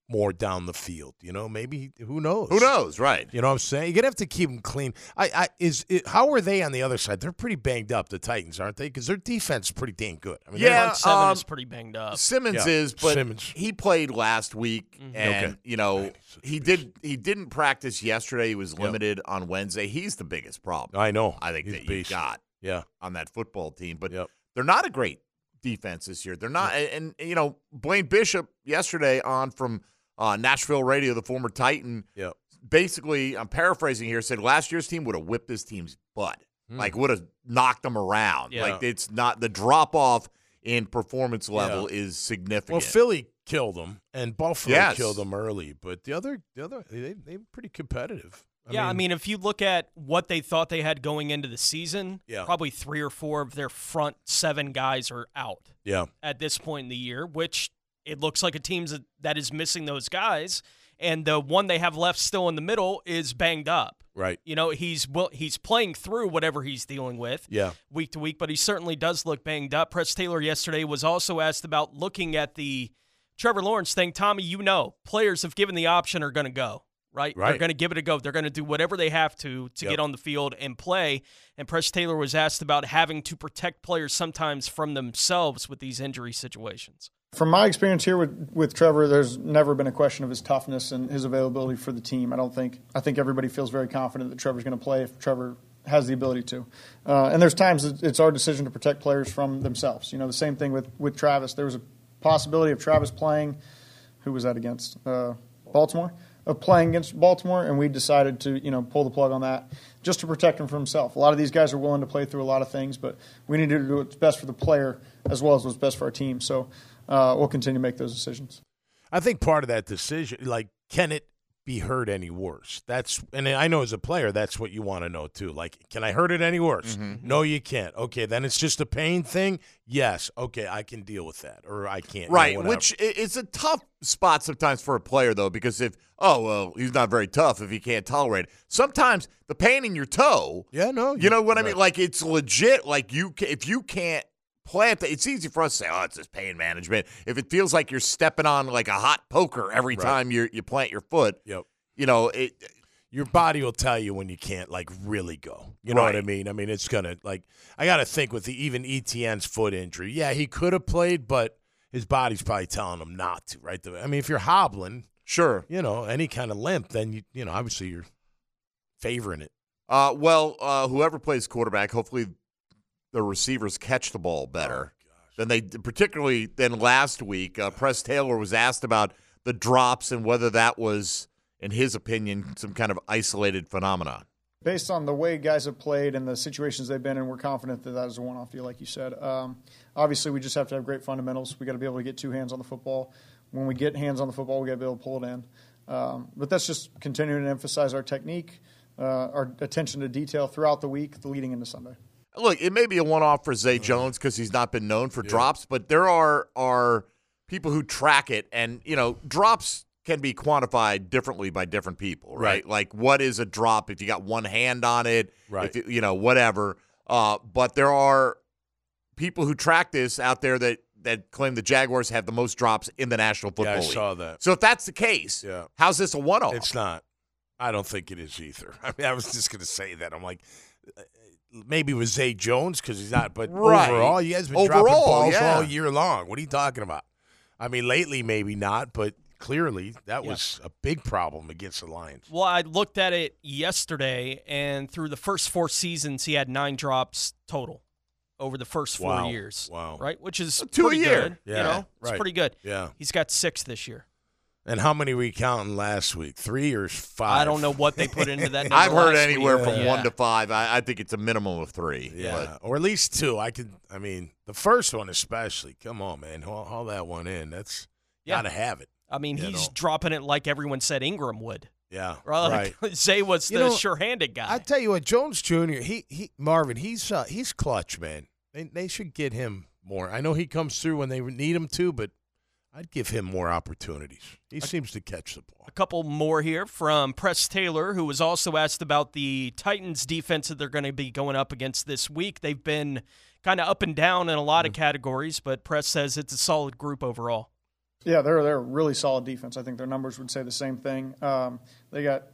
Speaker 7: more down the field. You know, maybe he- who knows?
Speaker 6: Who knows, right?
Speaker 7: You know what I'm saying? You're gonna have to keep them clean. I, I is it, how are they on the other side? They're pretty banged up, the Titans, aren't they? Because their defense is pretty dang good. I mean, they're-
Speaker 6: Yeah,
Speaker 8: Front seven
Speaker 6: um,
Speaker 8: is pretty banged up.
Speaker 6: Simmons
Speaker 7: Yeah,
Speaker 6: is, but
Speaker 7: Simmons.
Speaker 6: he played last week, and
Speaker 7: Okay.
Speaker 6: you know
Speaker 7: Man, he's such a
Speaker 6: he did. He didn't practice yesterday. He was limited on Wednesday. He's the biggest problem.
Speaker 7: I know.
Speaker 6: I think
Speaker 7: He's
Speaker 6: that
Speaker 7: a
Speaker 6: you
Speaker 7: beast.
Speaker 6: got
Speaker 7: yeah,
Speaker 6: on that football team, but
Speaker 7: Yep.
Speaker 6: they're not a great defense this year. They're not, and, and, you know Blaine Bishop yesterday on from uh, Nashville radio, the former Titan,
Speaker 7: yeah.
Speaker 6: basically, I'm paraphrasing here, said last year's team would have whipped this team's butt.
Speaker 7: Hmm.
Speaker 6: Like, would have knocked them around.
Speaker 8: Yeah.
Speaker 6: Like, it's not the drop off in performance level is significant.
Speaker 7: Well, Philly killed them, and Buffalo
Speaker 6: Yes.
Speaker 7: killed them early. But the other, the other, they they were pretty competitive.
Speaker 8: yeah, I mean, if you look at what they thought they had going into the season,
Speaker 7: Yeah.
Speaker 8: probably three or four of their front seven guys are out.
Speaker 7: yeah,
Speaker 8: at this point in the year, which it looks like a team that is missing those guys, and the one they have left still in the middle is banged up.
Speaker 7: right,
Speaker 8: You know, he's well, he's playing through whatever he's dealing with
Speaker 7: yeah,
Speaker 8: week to week, but he certainly does look banged up. Press Taylor yesterday was also asked about looking at the Trevor Lawrence thing. Tommy, you know, players, if given the option, are going to go. Right? they're
Speaker 7: Right.
Speaker 8: going to give it a go. They're going to do whatever they have to to
Speaker 7: Yep.
Speaker 8: get on the field and play. And Press Taylor was asked about having to protect players sometimes from themselves with these injury situations.
Speaker 10: From my experience here with, with Trevor, there's never been a question of his toughness and his availability for the team. I don't think I think everybody feels very confident that Trevor's going to play if Trevor has the ability to. Uh, and there's times that it's our decision to protect players from themselves. You know, the same thing with with Travis. There was a possibility of Travis playing. Who was that against? Uh, Baltimore. Of playing against Baltimore, and we decided to you know pull the plug on that just to protect him from himself. A lot of these guys are willing to play through a lot of things, but we need to do what's best for the player as well as what's best for our team. So uh, we'll continue to make those decisions.
Speaker 7: I think part of that decision, like, can it be hurt any worse. That's and I know as a player, that's what you want to know too. Like, can I hurt it any worse?
Speaker 6: Mhm.
Speaker 7: No, you can't. Okay, then it's just a pain thing. Yes, okay, I can deal with that, or I can't. you know,
Speaker 6: Right,
Speaker 7: whatever.
Speaker 6: which i- it's a tough spot sometimes for a player though, because if oh well, he's not very tough if he can't tolerate it. Sometimes the pain in your toe.
Speaker 7: Yeah, no,
Speaker 6: you know what I mean. Like it's legit. Like you, ca- if you can't plant it, it's easy for us to say, oh, it's just pain management. If it feels like you're stepping on like a hot poker every
Speaker 7: Right.
Speaker 6: time you you plant your foot,
Speaker 7: Yep.
Speaker 6: you know it.
Speaker 7: your body will tell you when you can't like really go. You know what I
Speaker 6: Right.
Speaker 7: mean? I mean, it's gonna like I gotta think with the even ETN's foot injury. Yeah, he could have played, but his body's probably telling him not to. Right? The- I mean, if you're hobbling,
Speaker 6: sure,
Speaker 7: you know any kind of limp, then you you know obviously you're favoring it.
Speaker 6: Uh, well, uh, whoever plays quarterback, hopefully the receivers catch the ball better than they particularly than last week. Uh, Press Taylor was asked about the drops and whether that was, in his opinion, some kind of isolated phenomenon.
Speaker 10: Based on the way guys have played and the situations they've been in, we're confident that that is a one-off deal, like you said. Um, obviously, we just have to have great fundamentals. We got to be able to get two hands on the football. When we get hands on the football, we got to be able to pull it in. Um, but that's just continuing to emphasize our technique, uh, our attention to detail throughout the week, leading into Sunday.
Speaker 6: Look, it may be a one-off for Zay Jones because he's not been known for drops, but there are are people who track it, and you know, drops can be quantified differently by different people, right?
Speaker 7: Right.
Speaker 6: Like, what is a drop if you got one hand on it,
Speaker 7: Right.
Speaker 6: If you, you know, whatever. Uh, but there are people who track this out there that that claim the Jaguars have the most drops in the National Football
Speaker 7: yeah, I
Speaker 6: League.
Speaker 7: saw that.
Speaker 6: So if that's the case,
Speaker 7: Yeah.
Speaker 6: how's this a one-off?
Speaker 7: It's not. I don't think it is either. I mean, I was just gonna say that. I'm like. uh, Maybe with Zay Jones because he's not, but
Speaker 6: Right.
Speaker 7: overall, you guys been dropping
Speaker 6: Overall,
Speaker 7: balls
Speaker 6: yeah.
Speaker 7: all year long. What are you talking about? I mean, lately maybe not, but clearly that
Speaker 8: Yeah.
Speaker 7: was a big problem against the Lions.
Speaker 8: Well, I looked at it yesterday, and through the first four seasons, he had nine drops total over the first four
Speaker 7: Wow.
Speaker 8: years.
Speaker 7: Wow.
Speaker 8: Right? Which is
Speaker 6: Two a
Speaker 8: pretty
Speaker 6: year.
Speaker 8: good.
Speaker 7: Yeah.
Speaker 8: You know, it's
Speaker 7: Right.
Speaker 8: pretty good.
Speaker 7: Yeah.
Speaker 8: He's got six this year.
Speaker 7: And how many were you counting last week? Three or five?
Speaker 8: I don't know what they put into that. number
Speaker 6: I've heard
Speaker 8: last week,
Speaker 6: anywhere
Speaker 8: but
Speaker 6: from
Speaker 8: yeah.
Speaker 6: one to five. I, I think it's a minimum of three.
Speaker 7: Yeah,
Speaker 6: but-
Speaker 7: or at least two. I could. I mean, the first one especially. Come on, man, haul, haul that one in. That's
Speaker 8: Yeah.
Speaker 7: gotta have it.
Speaker 8: I mean,
Speaker 7: you
Speaker 8: he's
Speaker 7: know.
Speaker 8: dropping it like everyone said Ingram would.
Speaker 7: Yeah,
Speaker 8: Right? Like, Zay was the
Speaker 7: You know,
Speaker 8: sure-handed guy.
Speaker 7: I tell you what, Jones Jr. He he Marvin. He's uh, he's clutch, man. They they should get him more. I know he comes through when they need him to, but I'd give him more opportunities. He seems to catch the ball.
Speaker 8: A couple more here from Press Taylor, who was also asked about the Titans defense that they're going to be going up against this week. They've been kind of up and down in a lot
Speaker 7: Mm.
Speaker 8: of categories, but Press says it's a solid group overall.
Speaker 10: Yeah, they're they're a really solid defense. I think their numbers would say the same thing. Um, they got,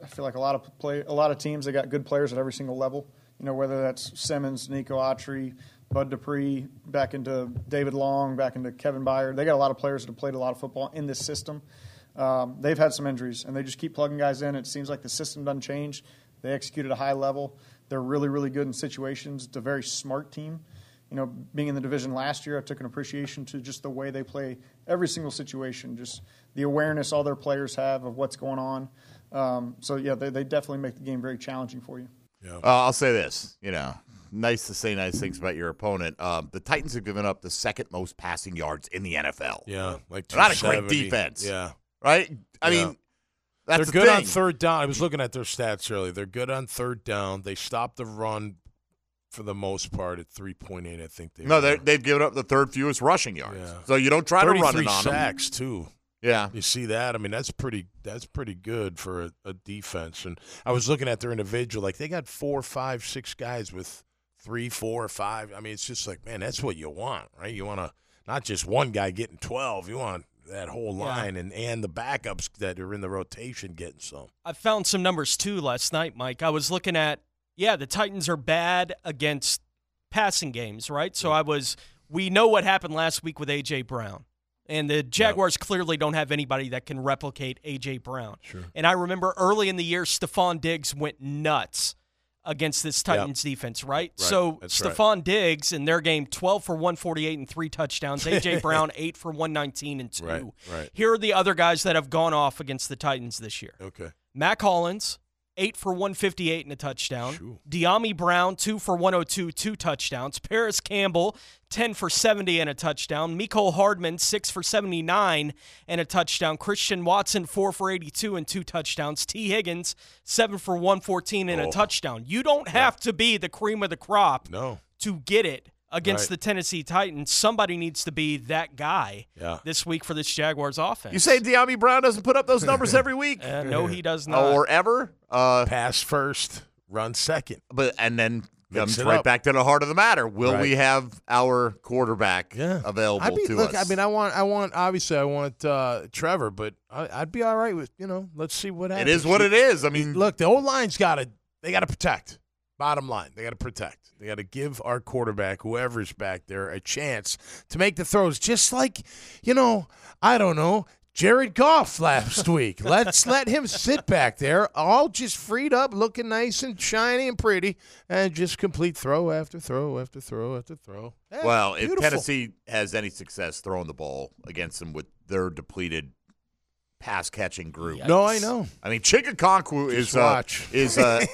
Speaker 10: I feel like a lot of play, a lot of teams. They got good players at every single level. You know, whether that's Simmons, Nico Autry, Bud Dupree, back into David Long, back into Kevin Byer. They got a lot of players that have played a lot of football in this system. Um, they've had some injuries, and they just keep plugging guys in. It seems like the system doesn't change. They execute at a high level. They're really, really good in situations. It's a very smart team you know, being in the division last year, I took an appreciation to just the way they play every single situation, just the awareness all their players have of what's going on. Um, so yeah, they, they definitely make the game very challenging for you.
Speaker 6: Uh, I'll say this, you know, nice to say nice things about your opponent. Um, the Titans have given up the second most passing yards in the NFL.
Speaker 7: Yeah, like
Speaker 6: Not a great
Speaker 7: 270.
Speaker 6: defense.
Speaker 7: Yeah,
Speaker 6: Right? I
Speaker 7: Yeah.
Speaker 6: mean, that's the
Speaker 7: they're good on
Speaker 6: thing.
Speaker 7: third down. I was looking at their stats earlier. They're good on third down. They stopped the run for the most part at three point eight. I think they
Speaker 6: No,
Speaker 7: were.
Speaker 6: they're- they've given up the third fewest rushing yards.
Speaker 7: Yeah.
Speaker 6: So you don't try to run
Speaker 7: 33
Speaker 6: it on them.
Speaker 7: sacks too.
Speaker 6: Yeah.
Speaker 7: You see that? I mean, that's pretty. That's pretty good for a, a defense. And I was looking at their individual. Like they got four, five, six guys with three, four, five. I mean, it's just like, man, that's what you want, right? You want to not just one guy getting twelve. You want that whole line and and the backups that are in the rotation getting some.
Speaker 8: I found some numbers too last night, Mike. I was looking at, yeah, the Titans are bad against passing games, right? So I was, we know what happened last week with A.J. Brown. And the Jaguars clearly don't have anybody that can replicate A.J. Brown. Sure. And I remember early in the year, Stephon Diggs went nuts against this Titans defense, right? So
Speaker 7: That's right.
Speaker 8: Stephon Diggs in their game, 12 for 148 and three touchdowns. A.J. Brown, 8 for 119 and two.
Speaker 7: Right, right.
Speaker 8: Here are the other guys that have gone off against the Titans this year.
Speaker 7: Okay.
Speaker 8: Mac Hollins, eight for 158 and a touchdown. Deami Brown, two for 102, two touchdowns. Paris Campbell, 10 for 70 and a touchdown. Miko Hardman, six for 79 and a touchdown. Christian Watson, four for 82 and two touchdowns. T. Higgins, seven for 114 and
Speaker 11: Oh.
Speaker 8: a touchdown. You don't have to be the cream of the crop
Speaker 7: no.
Speaker 8: to get it against
Speaker 6: Right.
Speaker 8: the Tennessee Titans. Somebody needs to be that guy
Speaker 6: Yeah.
Speaker 8: this week for this Jaguars offense.
Speaker 6: You say Deami Brown doesn't put up those numbers every week?
Speaker 8: Uh, no, he does not.
Speaker 6: Or ever? Uh,
Speaker 7: Pass first, run second.
Speaker 6: But and then
Speaker 7: Mix
Speaker 6: comes
Speaker 7: it
Speaker 6: right
Speaker 7: up.
Speaker 6: back to the heart of the matter. Will we
Speaker 7: Right.
Speaker 6: have our quarterback available
Speaker 7: I mean,
Speaker 6: to
Speaker 7: look,
Speaker 6: us?
Speaker 7: I mean, I want, I want, obviously, I want uh, Trevor, but I, I'd be all right with, you know, let's see what happens.
Speaker 6: is what it is. I mean,
Speaker 7: look, the old line's got to, they got to protect. Bottom line, they got to protect. They got to give our quarterback, whoever's back there, a chance to make the throws, just like, you know, I don't know. Jared Goff last week. Let's let him sit back there, all just freed up, looking nice and shiny and pretty, and just complete throw after throw after throw after throw. Eh,
Speaker 6: well, if
Speaker 7: beautiful.
Speaker 6: Tennessee has any success throwing the ball against them with their depleted pass catching group.
Speaker 7: No, I know.
Speaker 6: I mean, Chickaconku is uh,
Speaker 7: watch.
Speaker 6: is uh,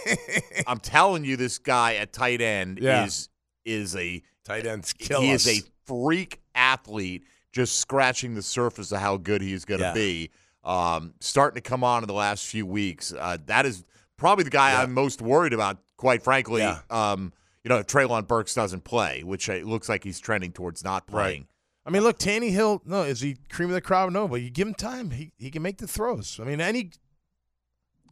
Speaker 6: I'm telling you, this guy at tight end
Speaker 7: Yeah.
Speaker 6: is is a
Speaker 7: tight end's kill
Speaker 6: He
Speaker 7: us.
Speaker 6: is a freak athlete, just scratching the surface of how good he is going to
Speaker 7: Yeah.
Speaker 6: be. Um, starting to come on in the last few weeks. Uh, that is probably the guy I'm most worried about, quite frankly.
Speaker 7: Yeah.
Speaker 6: Um, you know, if Traylon Burks doesn't play, which it looks like he's trending towards not playing.
Speaker 7: I mean, look, Tanny Hill. No, is he cream of the crop? No, but you give him time, he, he can make the throws. I mean, any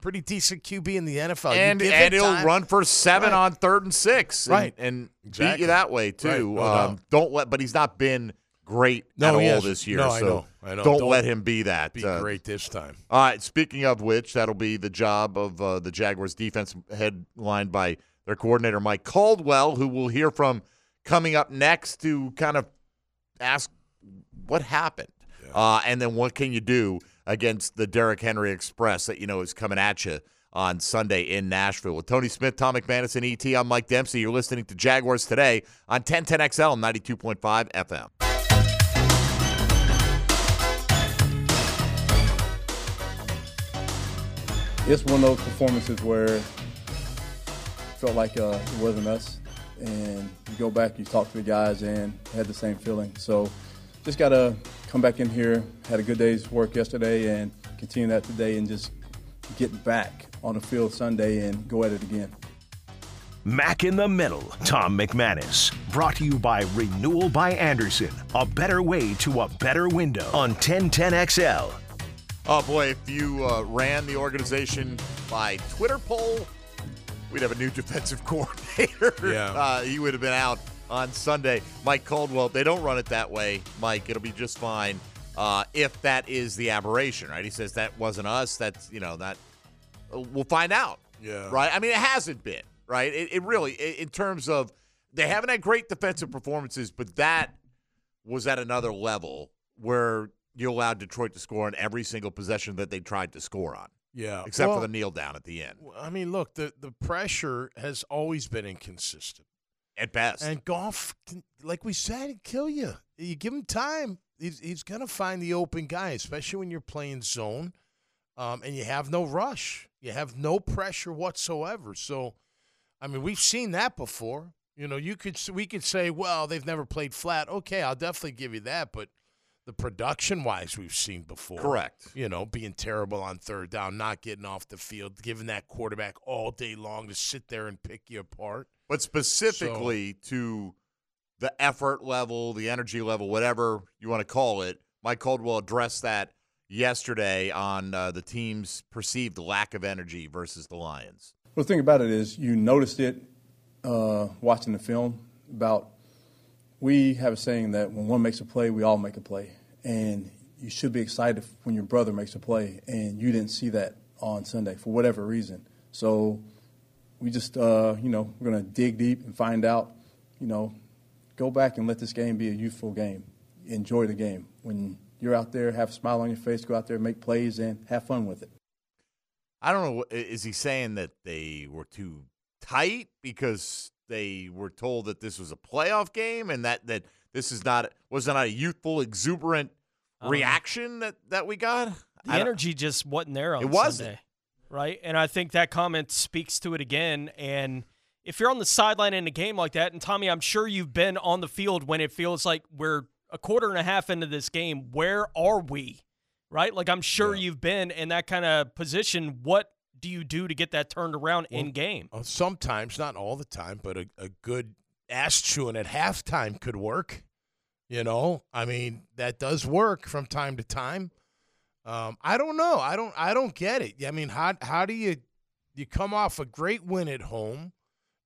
Speaker 7: pretty decent QB in the NFL, you
Speaker 6: and
Speaker 7: give him
Speaker 6: and he'll
Speaker 7: time.
Speaker 6: run for seven
Speaker 7: Right.
Speaker 6: on third and six, and,
Speaker 7: Right.
Speaker 6: and beat
Speaker 7: Exactly.
Speaker 6: you that way too.
Speaker 7: Right. No
Speaker 6: um, don't let, but he's not been great
Speaker 7: No,
Speaker 6: at
Speaker 7: he
Speaker 6: all
Speaker 7: hasn't.
Speaker 6: this year.
Speaker 7: No,
Speaker 6: so
Speaker 7: I know. I know.
Speaker 6: Don't,
Speaker 7: Don't
Speaker 6: let him be that.
Speaker 7: be
Speaker 6: Uh,
Speaker 7: great this time.
Speaker 6: All right. Speaking of which, that'll be the job of uh, the Jaguars defense, headlined by their coordinator Mike Caldwell, who we'll hear from coming up next to kind of ask what happened, uh, and then what can you do against the Derrick Henry Express that you know is coming at you on Sunday in Nashville. With Tony Smith, Tom McManus, and ET, I'm Mike Dempsey. You're listening to Jaguars today on 1010XL 92.5 FM.
Speaker 12: it's one of those performances where it felt like uh, it wasn't us. And you go back, you talk to the guys, and they had the same feeling. So just got to come back in here. Had a good day's work yesterday and continue that today and just get back on the field Sunday and go at it again.
Speaker 5: Mac in the Middle, Tom McManus. Brought to you by Renewal by Anderson, a better way to a better window on 1010XL.
Speaker 6: Oh boy, if you uh, ran the organization by Twitter poll, we'd have a new defensive coordinator.
Speaker 7: Yeah.
Speaker 6: uh, he would have been out on Sunday. Mike Caldwell, they don't run it that way, Mike. It'll be just fine uh, if that is the aberration, right? He says that wasn't us. That's, you know, that uh, we'll find out.
Speaker 7: Yeah.
Speaker 6: Right? I mean, it hasn't been, right? It, it really, i in terms of they haven't had great defensive performances, but that was at another level where you allowed Detroit to score on every single possession that they tried to score on.
Speaker 7: Yeah,
Speaker 6: Except
Speaker 7: well-
Speaker 6: for the kneel down at the end.
Speaker 7: I mean, look, the the pressure has always been inconsistent.
Speaker 6: At best.
Speaker 7: And golf, can, like we said, it kill you. You give him time, he's, he's going to find the open guy, especially when you're playing zone um, and you have no rush. You have no pressure whatsoever. So, I mean, we've seen that before. You know, you could s- we could say, well, they've never played flat. Okay, I'll definitely give you that, but the production wise, we've seen before.
Speaker 6: Correct.
Speaker 7: You know, being terrible on third down, not getting off the field, giving that quarterback all day long to sit there and pick you apart.
Speaker 6: But specifically to the effort level, the energy level, whatever you want to call it, Mike Caldwell addressed that yesterday on uh, the team's perceived lack of energy versus the Lions.
Speaker 12: Well, the thing about it is, you noticed it uh, watching the film. About we have a saying that when one makes a play, we all make a play, and you should be excited when your brother makes a play, and you didn't see that on Sunday for whatever reason. So we just, uh, you know, we're gonna dig deep and find out. You know, go back and let this game be a youthful game. Enjoy the game when you're out there. Have a smile on your face. Go out there, make plays, and have fun with it.
Speaker 6: I don't know. i- Is he saying that they were too tight because they were told that this was a playoff game and that, that this is not was not a youthful, exuberant
Speaker 8: I don't know.
Speaker 6: reaction that, that we got?
Speaker 8: Uh-huh. The
Speaker 6: I don't-
Speaker 8: energy just wasn't there on
Speaker 6: It wasn't.
Speaker 8: Sunday. right? And I think that comment speaks to it again. And if you're on the sideline in a game like that, and Tommy, I'm sure you've been on the field when it feels like we're a quarter and a half into this game. Where are we? Right? Like I'm sure you've been in that kind of position. What do you do to get that turned around in game?
Speaker 7: Uh, Sometimes, not all the time, but a, a good ass chewing at halftime could work. You know, I mean, that does work from time to time. Um, I don't know. I don't. I don't get it. I mean, how how do you you come off a great win at home?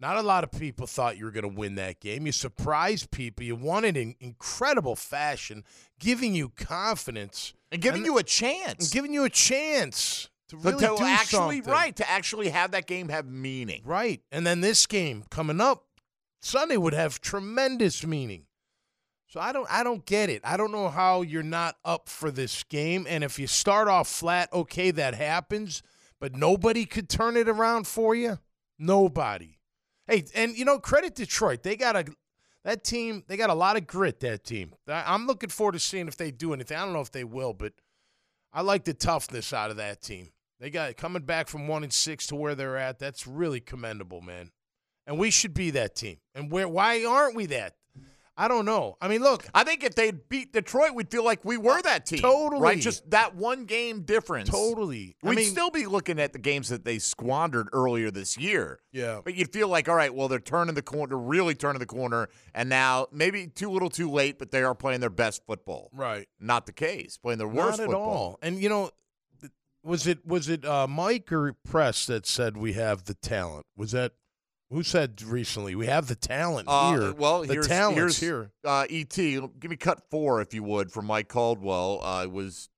Speaker 7: Not a lot of people thought you were going to win that game. You surprised people. You won it in incredible fashion, giving you confidence
Speaker 6: and giving you a chance,
Speaker 7: giving you a chance to
Speaker 6: But
Speaker 7: really
Speaker 6: to
Speaker 7: do
Speaker 6: actually
Speaker 7: something.
Speaker 6: right to actually have that game have meaning.
Speaker 7: Right. And then this game coming up Sunday would have tremendous meaning. So I don't I don't get it. I don't know how you're not up for this game and if you start off flat, okay, that happens, but nobody could turn it around for you. Nobody. Hey, and you know credit Detroit. They got a that team, they got a lot of grit that team. I- I'm looking forward to seeing if they do anything. I don't know if they will, but I like the toughness out of that team. They got coming back from one and six to where they're at. That's really commendable, man. And we should be that team. And where why aren't we that? I don't know. I mean, look,
Speaker 6: I think if they beat Detroit, we'd feel like we were that team.
Speaker 7: Totally.
Speaker 6: Right? Just that one game difference.
Speaker 7: Totally. I
Speaker 6: We'd
Speaker 7: mean-
Speaker 6: still be looking at the games that they squandered earlier this year.
Speaker 7: Yeah.
Speaker 6: But you'd feel like, all right, well, they're turning the corner, they're really turning the corner, and now maybe too little too late, but they are playing their best football.
Speaker 7: right.
Speaker 6: Not the case. Playing their worst
Speaker 7: Not at
Speaker 6: football.
Speaker 7: all. And you know, th- was it was it uh, Mike or Press that said we have the talent? Was that who said recently we have the talent
Speaker 6: Uh,
Speaker 7: here?
Speaker 6: Well,
Speaker 7: the
Speaker 6: here's,
Speaker 7: talent's
Speaker 6: here's,
Speaker 7: here.
Speaker 6: Uh, ET, give me cut four if you would from Mike Caldwell. Uh, was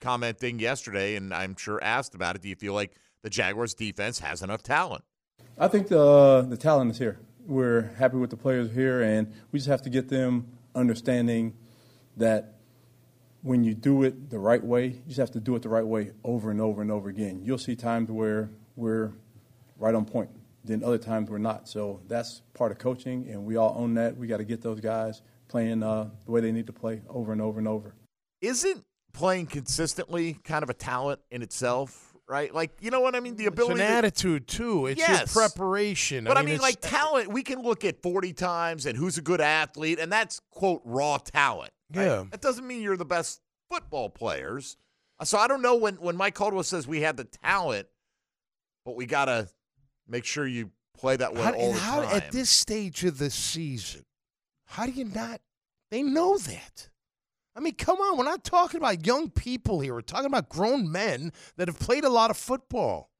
Speaker 6: commenting yesterday, and I'm sure asked about it. Do you feel like the Jaguars' defense has enough talent?
Speaker 12: I think the the talent is here. We're happy with the players here, and we just have to get them understanding that when you do it the right way, you just have to do it the right way over and over and over again. You'll see times where we're right on point, then other times we're not. So that's part of coaching, and we all own that. We got to get those guys playing uh, the way they need to play over and over and over.
Speaker 6: Isn't playing consistently kind of a talent in itself? Right, like you know what I mean. The
Speaker 7: It's
Speaker 6: ability,
Speaker 7: an
Speaker 6: to-
Speaker 7: attitude too. It's
Speaker 6: Yes.
Speaker 7: your preparation.
Speaker 6: but I mean,
Speaker 7: it's-
Speaker 6: like talent. We can look at forty times and who's a good athlete, and that's quote raw talent. right?
Speaker 7: Yeah.
Speaker 6: that doesn't mean you're the best football players. Uh, So I don't know when when Mike Caldwell says we have the talent, but we gotta make sure you play that way
Speaker 7: How-
Speaker 6: all
Speaker 7: and
Speaker 6: the
Speaker 7: how-
Speaker 6: time.
Speaker 7: At this stage of the season, how do you not? They know that. I mean, come on. We're not talking about young people here. We're talking about grown men that have played a lot of football.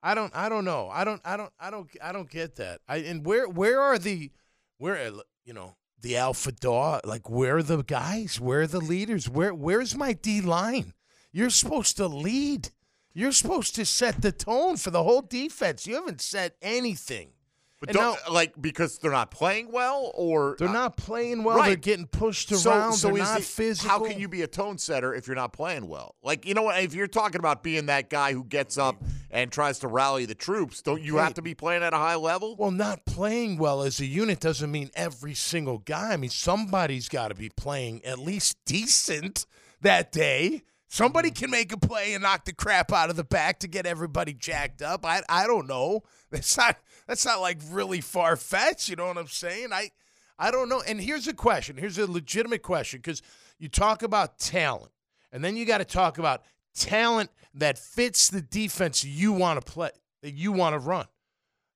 Speaker 7: I don't. I don't know. I don't. I don't. I don't. I don't get that. I and where where are the where you know the alpha dog? Like where are the guys? Where are the leaders? Where where's my D line? You're supposed to lead. You're supposed to set the tone for the whole defense. You haven't set anything.
Speaker 6: but
Speaker 7: and
Speaker 6: don't
Speaker 7: now-
Speaker 6: like because they're not playing well, or uh,
Speaker 7: They're not playing well. They're
Speaker 6: right.
Speaker 7: getting pushed around. They're
Speaker 6: is
Speaker 7: not
Speaker 6: it-
Speaker 7: physical.
Speaker 6: How can you be a tone setter if you're not playing well? Like you know what? If you're talking about being that guy who gets up and tries to rally the troops, don't you have to be playing at a high level?
Speaker 7: Well, not playing well as a unit doesn't mean every single guy. I mean, somebody's got to be playing at least decent that day. Somebody can make a play and knock the crap out of the back to get everybody jacked up. I I don't know. That's not that's not like really far fetched. You know what I'm saying? I I don't know. And here's a question. Here's a legitimate question because you talk about talent, and then you got to talk about talent that fits the defense you want to play, that you want to run.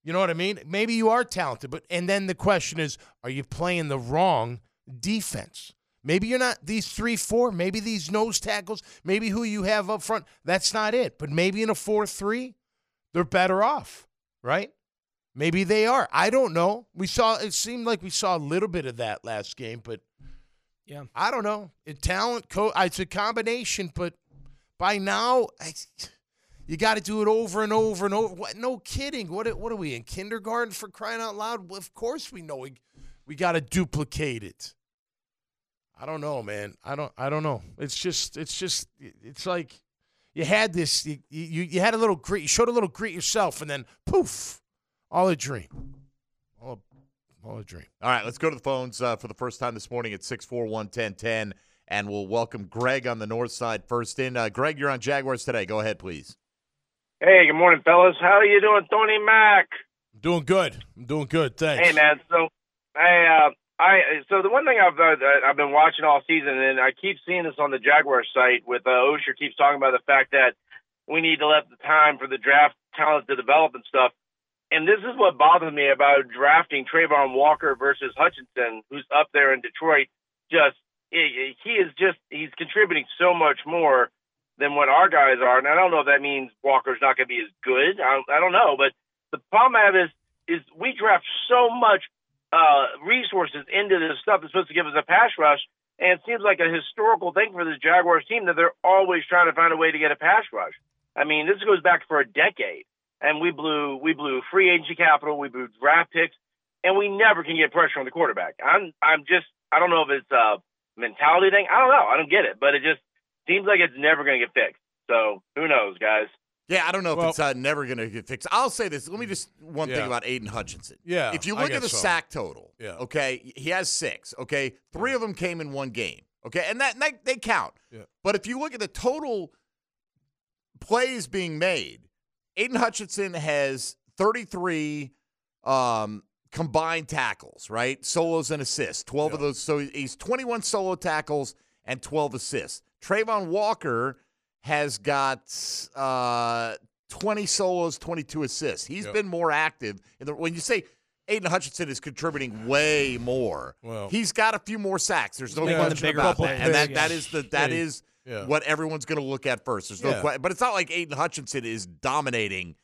Speaker 7: You know what I mean? Maybe you are talented, but and then the question is, are you playing the wrong defense? Maybe you're not these three, four, maybe these nose tackles, maybe who you have up front. That's not it. But maybe in a four three, they're better off, right? Maybe they are. I don't know. We saw it seemed like we saw a little bit of that last game, but
Speaker 8: Yeah.
Speaker 7: I don't know. It, talent, co- it's a combination, but by now, I, you got to do it over and over and over. What, no kidding. What are- what are we in kindergarten for crying out loud? Well, of course we know we, we got to duplicate it. I don't know, man. I don't I don't know. It's just it's just it's like you had this you you, you had a little grit. You showed a little grit yourself and then poof, all a dream. All a, all a dream.
Speaker 6: All right, let's go to the phones uh, for the first time this morning at 641 1010, and we'll welcome Greg on the north side first in. Uh, Greg, you're on Jaguars today. Go ahead, please.
Speaker 11: Hey, good morning, fellas. How are you doing, Tony Mack?
Speaker 7: Doing good. I'm doing good. Thanks.
Speaker 11: Hey, man. So, hey, uh, I so the one thing I've uh, that I've been watching all season, and I keep seeing this on the Jaguar site with uh, Osher keeps talking about the fact that we need to let the time for the draft talent to develop and stuff. And this is what bothers me about drafting Trayvon Walker versus Hutchinson, who's up there in Detroit. Just he he is just he's contributing so much more than what our guys are. And I don't know if that means Walker's not going to be as good. I, I don't know, but the problem I have is is we draft so much uh, resources into this stuff that's supposed to give us a pass rush, and it seems like a historical thing for this Jaguars team that they're always trying to find a way to get a pass rush. I mean, this goes back for a decade, and we blew we blew free agency capital, we blew draft picks, and we never can get pressure on the quarterback. I'm I'm just I don't know if it's a mentality thing. I don't know. I don't get it, but it just seems like it's never going to get fixed. So who knows, guys?
Speaker 6: Yeah, I don't know if it's uh, never going to get fixed. I'll say this. Let me just one
Speaker 7: Yeah.
Speaker 6: thing about Aiden Hutchinson.
Speaker 7: Yeah,
Speaker 6: if you
Speaker 7: I
Speaker 6: look at
Speaker 7: guess so.
Speaker 6: the sack total,
Speaker 7: Yeah.
Speaker 6: okay, he has six. Okay, three of them came in one game. Okay, and that, that they count.
Speaker 7: Yeah.
Speaker 6: But if you look at the total plays being made, Aiden Hutchinson has 33 um, combined tackles, right? Solos and assists. 12 of those. So he's 21 solo tackles and 12 assists. Trayvon Walker has got uh, 20 solos, 22 assists. He's
Speaker 7: Yep.
Speaker 6: been more active. In the, when you say Aiden Hutchinson is contributing way more,
Speaker 7: Well-
Speaker 6: he's got a few more sacks. There's no
Speaker 7: Yeah,
Speaker 6: question
Speaker 7: bigger
Speaker 6: about
Speaker 7: couple
Speaker 6: that. And that,
Speaker 7: things.
Speaker 6: that is the that
Speaker 7: Yeah,
Speaker 6: is
Speaker 7: yeah.
Speaker 6: what everyone's going to look at first. There's no
Speaker 7: Yeah.
Speaker 6: question. But it's not like Aiden Hutchinson is dominating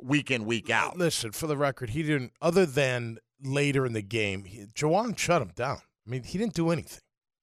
Speaker 6: week in week out.
Speaker 7: Listen, for the record, he didn't. Other than later in the game, he, Jawan shut him down. I mean, he didn't do anything.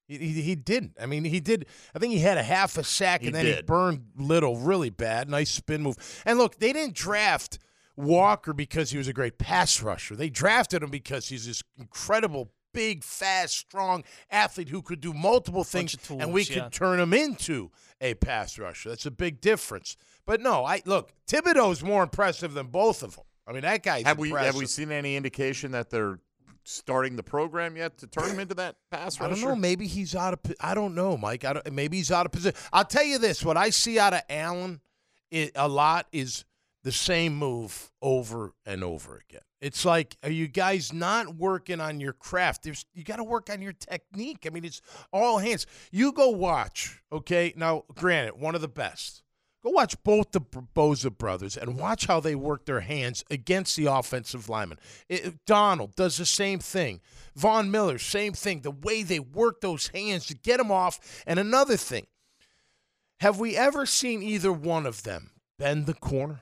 Speaker 7: He, he, he didn't. I mean, he did. I think he had a half a sack,
Speaker 6: He
Speaker 7: and then he
Speaker 6: did.
Speaker 7: burned Little really bad. Nice spin move. And look, they didn't draft Walker because he was a great pass rusher. They drafted him because he's this incredible, big, fast, strong athlete who could do multiple things,
Speaker 8: of tools,
Speaker 7: and we
Speaker 8: yeah.
Speaker 7: could turn him into a pass rusher. That's a big difference. But no, I look. Thibodeau's more impressive than both of them. I mean, that guy's
Speaker 6: Have we have
Speaker 7: impressive.
Speaker 6: we seen any indication that they're starting the program yet to turn him into that pass
Speaker 7: I
Speaker 6: rusher?
Speaker 7: don't know. Maybe he's out of. po- I don't know, Mike. I don't, maybe he's out of position. I'll tell you this: what I see out of Allen i a lot is the same move over and over again. It's like, are you guys not working on your craft? There's, you got to work on your technique. I mean, it's all hands. You go watch, okay? Now, granted, one of the best. Go watch both the B- Boza brothers and watch how they work their hands against the offensive linemen. It, Donald does the same thing. Von Miller, same thing. The way they work those hands to get them off. And another thing, have we ever seen either one of them bend the corner?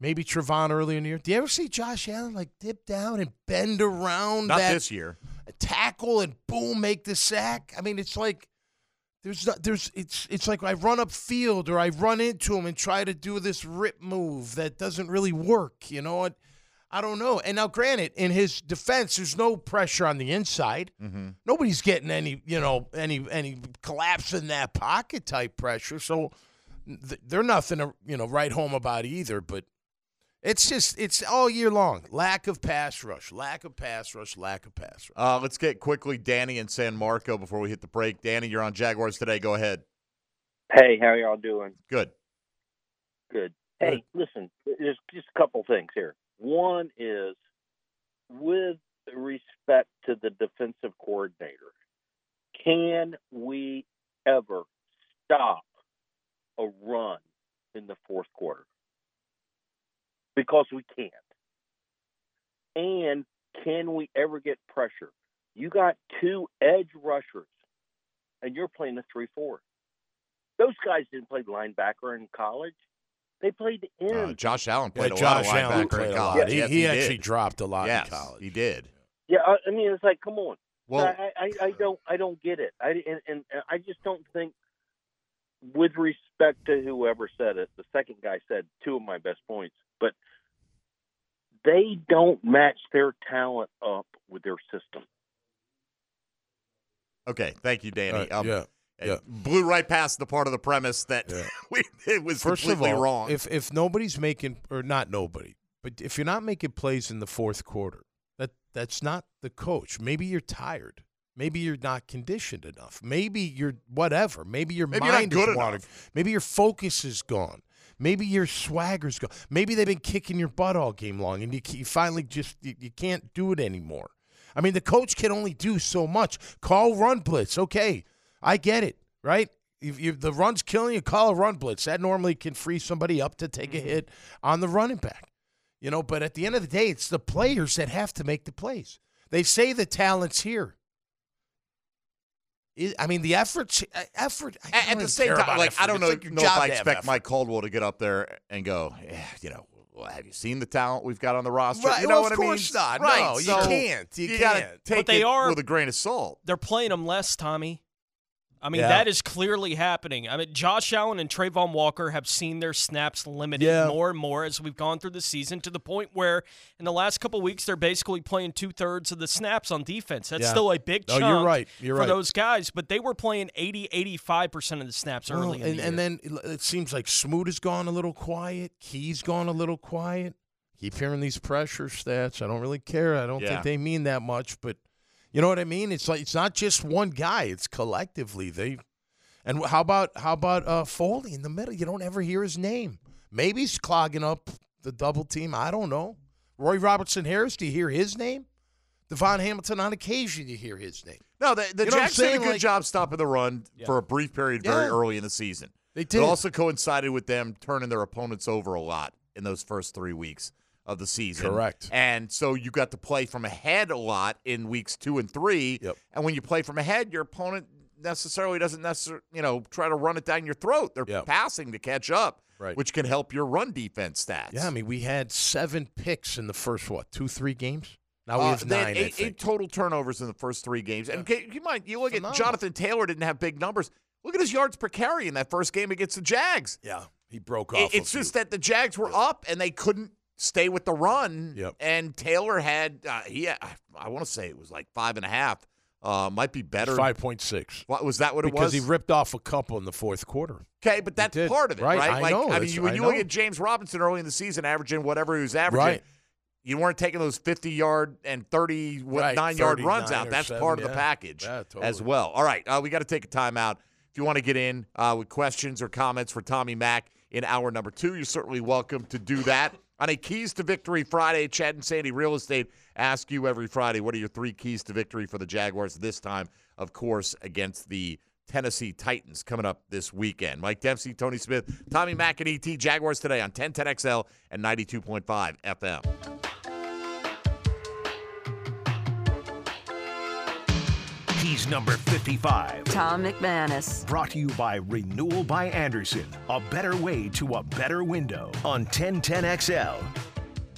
Speaker 7: Maybe Trevon earlier in the year. Do you ever see Josh Allen like dip down and bend around
Speaker 6: Not
Speaker 7: that
Speaker 6: this year.
Speaker 7: tackle and boom make the sack? I mean, it's like there's not, there's it's it's like I run up field or I run into him and try to do this rip move that doesn't really work, you know. I, I don't know. And now, granted, in his defense, there's no pressure on the inside.
Speaker 6: Mhm.
Speaker 7: Nobody's getting any, you know, any any collapse in that pocket type pressure. So th- they're nothing to you know write home about either. But it's just it's all year long lack of pass rush, lack of pass rush, lack of pass rush.
Speaker 6: Uh, let's get quickly Danny and San Marco before we hit the break. Danny, you're on Jaguars today. Go ahead.
Speaker 13: Hey, how y'all doing?
Speaker 6: Good.
Speaker 13: Good. Hey, listen, there's just a couple things here. One is with respect to the defensive coordinator, can we ever stop a run in the fourth quarter? Because we can't. And can we ever get pressure? You got two edge rushers, and you're playing a 3 4. Those guys didn't play linebacker in college. They played end.
Speaker 6: Uh, Josh Allen played
Speaker 7: Yeah,
Speaker 6: a
Speaker 7: Josh
Speaker 6: lot of
Speaker 7: Allen
Speaker 6: linebacker
Speaker 7: played
Speaker 6: in
Speaker 7: a
Speaker 6: college.
Speaker 7: lot. He-
Speaker 6: Yes,
Speaker 7: he actually
Speaker 6: did.
Speaker 7: dropped a lot in
Speaker 6: yes,
Speaker 7: college.
Speaker 6: He did.
Speaker 13: Yeah, I, I mean, it's like, come on.
Speaker 6: Well-
Speaker 13: I, I, I don't, I don't get it. I and, and I just don't think, with respect to whoever said it, the second guy said two of my best points, but they don't match their talent up with their system.
Speaker 6: Okay, thank you, Danny. Um,
Speaker 7: Uh, yeah,
Speaker 6: it
Speaker 7: yeah.
Speaker 6: Blew right past the part of the premise that we, it was
Speaker 7: First of
Speaker 6: completely
Speaker 7: all,
Speaker 6: wrong.
Speaker 7: if if nobody's making or not nobody, but if you're not making plays in the fourth quarter, that that's not the coach. Maybe you're tired. Maybe you're not conditioned enough. Maybe you're whatever. Maybe your
Speaker 6: Maybe you're not
Speaker 7: mind
Speaker 6: good
Speaker 7: is
Speaker 6: enough.
Speaker 7: wandering. Maybe your focus is gone. Maybe your swagger's gone. Maybe they've been kicking your butt all game long, and you, c- you finally just you, you can't do it anymore. I mean, the coach can only do so much. Call run blitz, okay? I get it, right? If, if the run's killing you, call a run blitz. That normally can free somebody up to take a hit on the running back. You know, but at the end of the day, it's the players that have to make the plays. They say the talent's here. I- I mean, the efforts, uh, effort. I don't
Speaker 6: At
Speaker 7: really
Speaker 6: the same
Speaker 7: care
Speaker 6: time,
Speaker 7: about
Speaker 6: like
Speaker 7: effort.
Speaker 6: I don't
Speaker 7: It's
Speaker 6: know,
Speaker 7: like your
Speaker 6: know if
Speaker 7: job
Speaker 6: I
Speaker 7: to have
Speaker 6: expect
Speaker 7: effort.
Speaker 6: Mike Caldwell to get up there and go, "Eh, you know, well, have you seen the talent we've got on the roster?
Speaker 7: Right,
Speaker 6: You know
Speaker 7: well,
Speaker 6: what
Speaker 7: of
Speaker 6: I mean?
Speaker 7: course not.
Speaker 6: Right,
Speaker 7: No, you
Speaker 6: so
Speaker 7: can't. You
Speaker 6: gotta
Speaker 7: can't.
Speaker 6: take
Speaker 7: But they
Speaker 6: it
Speaker 7: are-
Speaker 6: with a grain of salt.
Speaker 8: They're playing him less, Tommy. I mean,
Speaker 6: Yeah.
Speaker 8: that is clearly happening. I mean, Josh Allen and Trayvon Walker have seen their snaps limited
Speaker 14: Yeah.
Speaker 8: more and more as we've gone through the season to the point where in the last couple weeks they're basically playing two thirds of the snaps on defense. That's
Speaker 7: Yeah.
Speaker 8: still a big
Speaker 7: No,
Speaker 8: chunk
Speaker 7: you're right. You're
Speaker 8: for
Speaker 7: right.
Speaker 8: those guys, but they were playing 80, 85% of the snaps
Speaker 7: Well,
Speaker 8: early
Speaker 7: and,
Speaker 8: in the
Speaker 7: and
Speaker 8: year.
Speaker 7: then it, it seems like Smoot has gone a little quiet. Key's gone a little quiet. Keep hearing these pressure stats. I don't really care. I don't
Speaker 6: Yeah.
Speaker 7: think they mean that much, but you know what I mean. It's like it's not just one guy. It's collectively they. And how about how about uh, Foley in the middle? You don't ever hear his name. Maybe he's clogging up the double team. I don't know. Roy Robertson Harris. Do you hear his name? Devon Hamilton. On occasion, you hear his name.
Speaker 6: No, the, the
Speaker 7: You know what I'm
Speaker 6: Jacks did a
Speaker 7: saying?
Speaker 6: good
Speaker 7: Like-
Speaker 6: job stopping the run
Speaker 7: Yeah.
Speaker 6: for a brief period very
Speaker 7: Yeah.
Speaker 6: early in the season.
Speaker 7: They
Speaker 6: It
Speaker 7: did.
Speaker 6: also coincided with them turning their opponents over a lot in those first three weeks of the season.
Speaker 7: Correct.
Speaker 6: And so you got to play from ahead a lot in weeks two and three. And when you play from ahead, your opponent necessarily doesn't necessarily, you know, try to run it down your throat. They're passing to catch up,
Speaker 7: Right.
Speaker 6: which can help your run defense stats.
Speaker 7: Yeah, I mean, we had seven picks in the first what two, three games. Now we
Speaker 6: Uh,
Speaker 7: have
Speaker 6: they had
Speaker 7: nine. I
Speaker 6: Eight,
Speaker 7: think.
Speaker 6: eight total turnovers in the first three games. And keep in mind, you look
Speaker 7: Phenomenal.
Speaker 6: at Jonathan Taylor didn't have big numbers. Look at his yards per carry in that first game against the Jags.
Speaker 7: Yeah, he broke
Speaker 6: It- it's just that the Jags were up and they couldn't stay with the run. And Taylor had uh, he had, I- I want to say it was like five and a half. Uh, might be better.
Speaker 7: five point six.
Speaker 6: What was that? What it
Speaker 7: because
Speaker 6: was?
Speaker 7: he ripped off a couple in the fourth quarter.
Speaker 6: Okay, but that's
Speaker 7: did.
Speaker 6: part of it, right?
Speaker 7: Right, I
Speaker 6: like,
Speaker 7: know,
Speaker 6: I mean,
Speaker 7: that's-
Speaker 6: you- when
Speaker 7: I
Speaker 6: you look
Speaker 7: know.
Speaker 6: at James Robinson early in the season, averaging whatever he was averaging,
Speaker 7: Right.
Speaker 6: you weren't taking those fifty-yard and thirty what,
Speaker 7: Right,
Speaker 6: nine-yard
Speaker 7: 39
Speaker 6: runs out.
Speaker 7: or
Speaker 6: That's
Speaker 7: seven,
Speaker 6: part of the
Speaker 7: yeah.
Speaker 6: package
Speaker 7: Yeah, totally.
Speaker 6: as well. All right, uh, we got to take a timeout. If you want to get in uh, with questions or comments for Tommy Mack in hour number two, you're certainly welcome to do that. On a Keys to Victory Friday, Chad and Sandy Real Estate ask you every Friday, what are your three keys to victory for the Jaguars this time, of course, against the Tennessee Titans coming up this weekend. Mike Dempsey, Tony Smith, Tommy Mack, and ET Jaguars today on 1010XL and 92.5 FM.
Speaker 5: He's number 55.
Speaker 15: Tom McManus.
Speaker 5: Brought to you by Renewal by Anderson, a better way to a better window on 1010XL.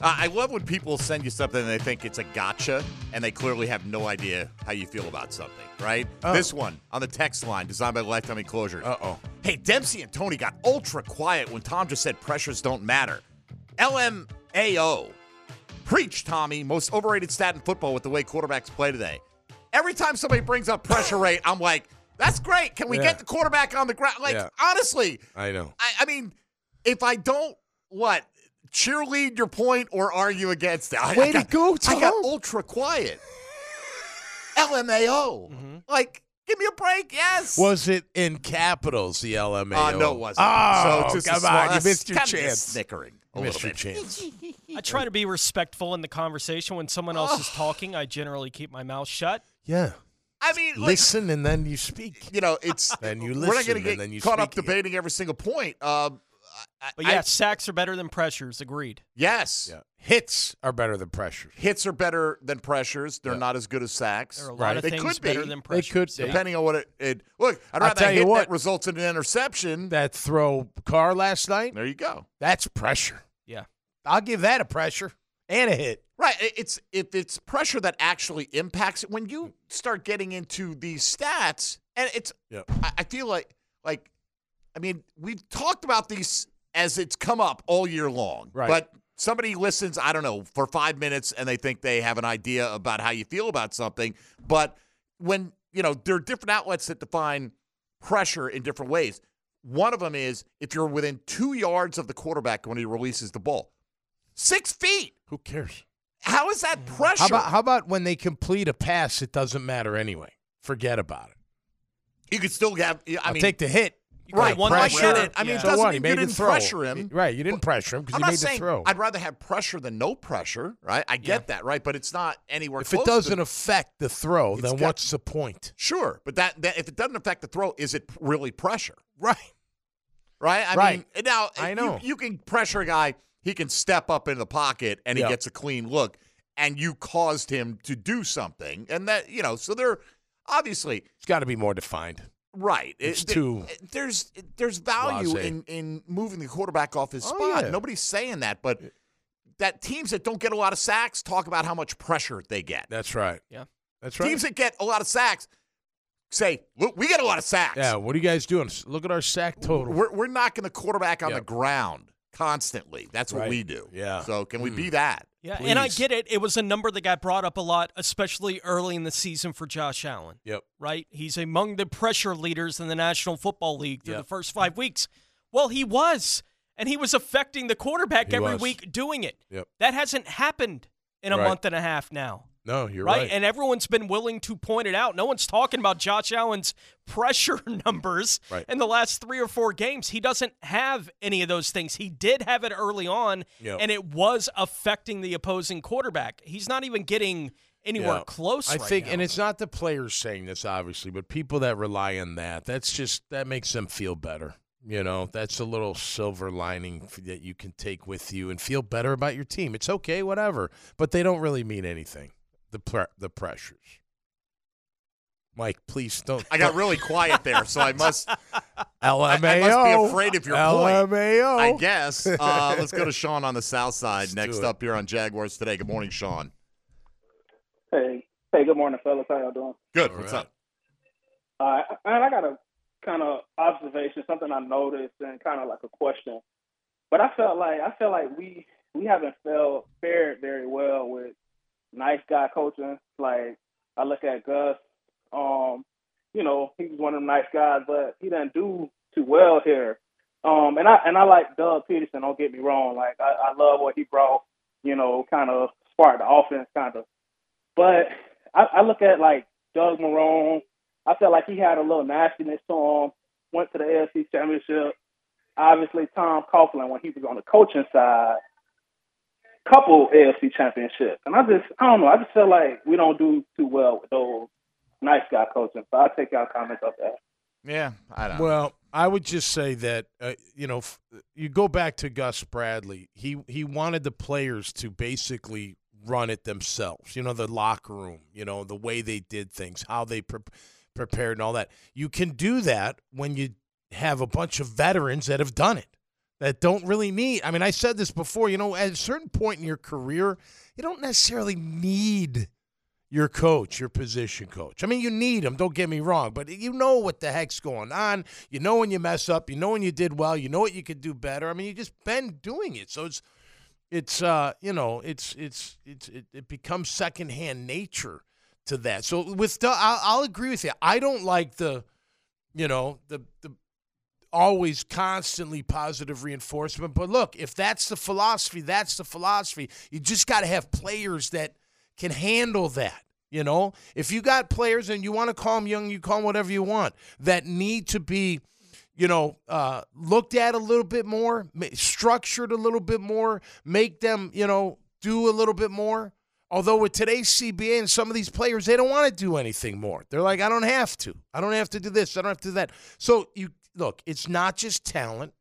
Speaker 6: Uh, I love when people send you something and they think it's a gotcha, and they clearly have no idea how you feel about something, right?
Speaker 7: Oh.
Speaker 6: This one on the text line, designed by Lifetime Enclosures. Uh oh. Hey, Dempsey and Tony got ultra quiet when Tom just said pressures don't matter. LMAO. Preach, Tommy. Most overrated stat in football with the way quarterbacks play today. Every time somebody brings up pressure rate, I'm like, that's great. Can we
Speaker 7: Yeah.
Speaker 6: get the quarterback on the ground? Like,
Speaker 7: Yeah.
Speaker 6: honestly,
Speaker 7: I know.
Speaker 6: I, I mean, if I don't what cheerlead your point or argue against it, I,
Speaker 7: Way
Speaker 6: I
Speaker 7: to
Speaker 6: got,
Speaker 7: go,
Speaker 6: I got ultra quiet. LMAO, like give me a break. Yes.
Speaker 7: Was it in capitals? The LMAO?
Speaker 6: Uh, no, it wasn't.
Speaker 7: Oh,
Speaker 6: so it's just a
Speaker 7: come
Speaker 6: small-
Speaker 7: on, you missed your
Speaker 6: kinda just
Speaker 7: chance.
Speaker 6: Snickering. a
Speaker 7: You missed
Speaker 6: little
Speaker 7: your
Speaker 6: bit.
Speaker 7: chance.
Speaker 8: I try to be respectful in the conversation. When someone else is talking, I generally keep my mouth shut.
Speaker 7: Yeah.
Speaker 6: I mean, like,
Speaker 7: listen and then you speak.
Speaker 6: you know, it's
Speaker 7: Then you
Speaker 6: we're not
Speaker 7: listen
Speaker 6: going to
Speaker 7: and then you
Speaker 6: get caught up
Speaker 7: speak
Speaker 6: debating every single point. Um, I-
Speaker 8: But
Speaker 6: I-
Speaker 8: yeah, sacks are better than pressures. Agreed.
Speaker 6: yes,
Speaker 7: Hits are better than pressures.
Speaker 6: hits are better than pressures. They're not as good as sacks.
Speaker 8: There are a lot Right. of
Speaker 6: They
Speaker 8: things
Speaker 6: could be.
Speaker 8: better than They pressures.
Speaker 7: could be.
Speaker 6: depending on what it. it look, I'd
Speaker 7: I'll
Speaker 6: rather
Speaker 7: tell
Speaker 6: a
Speaker 7: you
Speaker 6: hit
Speaker 7: what.
Speaker 6: that results in an interception.
Speaker 7: That throw car last night.
Speaker 6: There you go.
Speaker 7: That's pressure.
Speaker 8: Yeah.
Speaker 7: I'll give that a pressure and a hit.
Speaker 6: Right. i- It's if it's pressure that actually impacts it. When you start getting into these stats, and it's, I, I feel like, like, I mean, we've talked about these as it's come up all year long.
Speaker 7: Right.
Speaker 6: But somebody listens, I don't know, for five minutes, and they think they have an idea about how you feel about something. But when you know there are different outlets that define pressure in different ways. One of them is if you're within two yards of the quarterback when he releases the ball, six feet.
Speaker 7: Who cares?
Speaker 6: How is that
Speaker 7: Mm.
Speaker 6: pressure?
Speaker 7: How about how about when they complete a pass? It doesn't matter anyway. Forget about it.
Speaker 6: you could still have. I
Speaker 7: I'll
Speaker 6: mean,
Speaker 7: take the hit.
Speaker 8: You
Speaker 6: Right,
Speaker 8: got one
Speaker 6: I
Speaker 8: leg
Speaker 6: get
Speaker 8: out.
Speaker 6: it. I mean,
Speaker 8: Yeah.
Speaker 6: it doesn't mean you didn't pressure him.
Speaker 7: Right, you didn't pressure him because
Speaker 6: I'm
Speaker 7: he
Speaker 6: not
Speaker 7: made the
Speaker 6: saying
Speaker 7: throw.
Speaker 6: I'd rather have pressure than no pressure, right? I get that, right? But it's not anywhere
Speaker 7: If
Speaker 6: close.
Speaker 7: it doesn't
Speaker 6: to,
Speaker 7: affect the throw,
Speaker 6: It's
Speaker 7: then
Speaker 6: got-
Speaker 7: what's the point?
Speaker 6: sure, but that, that if it doesn't affect the throw, is it really pressure?
Speaker 7: Right.
Speaker 6: Right. I
Speaker 7: Right.
Speaker 6: mean, now
Speaker 7: I
Speaker 6: you-
Speaker 7: know.
Speaker 6: you, can pressure a guy. He can step up in the pocket and he
Speaker 7: Yeah.
Speaker 6: gets a clean look, and you caused him to do something, and that you know. So there, obviously,
Speaker 7: It's got to be more defined.
Speaker 6: Right.
Speaker 7: It's
Speaker 6: there-
Speaker 7: too-
Speaker 6: There's there's value
Speaker 7: Blasé.
Speaker 6: in in moving the quarterback off his
Speaker 7: Oh,
Speaker 6: spot.
Speaker 7: yeah.
Speaker 6: Nobody's saying that, but that teams that don't get a lot of sacks talk about how much pressure they get.
Speaker 7: That's right.
Speaker 8: Yeah.
Speaker 7: That's right.
Speaker 6: Teams that get a lot of sacks say, "Look, we get a lot of sacks.
Speaker 7: Yeah, what are you guys doing? S- Look at our sack total.
Speaker 6: We're we're knocking the quarterback on
Speaker 7: Yeah.
Speaker 6: the ground constantly. That's what
Speaker 7: Right.
Speaker 6: we do.
Speaker 7: Yeah.
Speaker 6: So can we
Speaker 7: Mm.
Speaker 6: be that?
Speaker 8: Yeah, and I
Speaker 6: please?
Speaker 8: get it. It was a number that got brought up a lot, especially early in the season for Josh Allen.
Speaker 7: Yep.
Speaker 8: Right? He's among the pressure leaders in the National Football League through
Speaker 7: Yep.
Speaker 8: the first five weeks. Well, he was, and he was affecting the quarterback
Speaker 7: He
Speaker 8: every
Speaker 7: was.
Speaker 8: week doing it.
Speaker 7: Yep.
Speaker 8: That hasn't happened in a
Speaker 7: Right.
Speaker 8: month and a half now.
Speaker 7: No, you're
Speaker 8: right?
Speaker 7: right.
Speaker 8: And everyone's been willing to point it out. No one's talking about Josh Allen's pressure numbers
Speaker 7: Right.
Speaker 8: in the last three or four games. He doesn't have any of those things. He did have it early on,
Speaker 7: Yep.
Speaker 8: and it was affecting the opposing quarterback. He's not even getting anywhere
Speaker 7: Yeah.
Speaker 8: close.
Speaker 7: I
Speaker 8: right
Speaker 7: think,
Speaker 8: now.
Speaker 7: and it's not the players saying this, obviously, but people that rely on that. That's just that makes them feel better. You know, that's a little silver lining f- that you can take with you and feel better about your team. It's okay, whatever, but they don't really mean anything. The pre- the pressures. Mike, please don't.
Speaker 6: I got really quiet there, so I must
Speaker 7: LMAO.
Speaker 6: I must be afraid of your point.
Speaker 7: LMAO.
Speaker 6: I guess. Uh, let's go to Sean on the south side
Speaker 7: Let's
Speaker 6: next
Speaker 7: do it.
Speaker 6: up here on Jaguars today. Good morning, Sean.
Speaker 14: Hey, hey, good morning, fellas. How y'all doing?
Speaker 6: Good. What's up?
Speaker 14: Uh, and I got a kind of observation, something I noticed, and kind of like a question. But I felt like I felt like we we haven't felt fared very well with nice guy coaching. Like I look at Gus, um, you know, he was one of them nice guys, but he didn't do too well here. Um, and I and I like Doug Peterson. Don't get me wrong. Like I, I love what he brought. You know, kind of sparked the offense, kind of. But I, I look at like Doug Marone. I felt like he had a little nastiness to him. Went to the AFC Championship. Obviously, Tom Coughlin when he was on the coaching side, couple AFC championships. And I just, I don't know. I just feel like we don't do too well with those nice guy coaching. So I'll take y'all comments up there.
Speaker 6: Yeah, I don't.
Speaker 7: Well, I would just say that uh, you know, f- you go back to Gus Bradley. He he wanted the players to basically run it themselves. You know, the locker room. You know, the way they did things, how they pre- prepared, and all that. You can do that when you have a bunch of veterans that have done it that don't really need. I mean, I said this before. You know, at a certain point in your career, you don't necessarily need your coach, your position coach. I mean, you need him, don't get me wrong, but you know what the heck's going on. You know when you mess up, you know when you did well, you know what you could do better. I mean, you just been doing it. So it's it's uh, you know, it's it's it's it, it becomes secondhand nature to that. So with Doug, I'll, I'll agree with you. I don't like the you know, the the always constantly positive reinforcement. But look, if that's the philosophy, that's the philosophy. You just got to have players that can handle that. You know, if you got players and you want to call them young, you call them whatever you want, that need to be, you know, uh, looked at a little bit more, ma- structured a little bit more, make them, you know, do a little bit more. Although with today's CBA and some of these players, they don't want to do anything more. They're like, I don't have to. I don't have to do this. I don't have to do that. So you look, it's not just talent.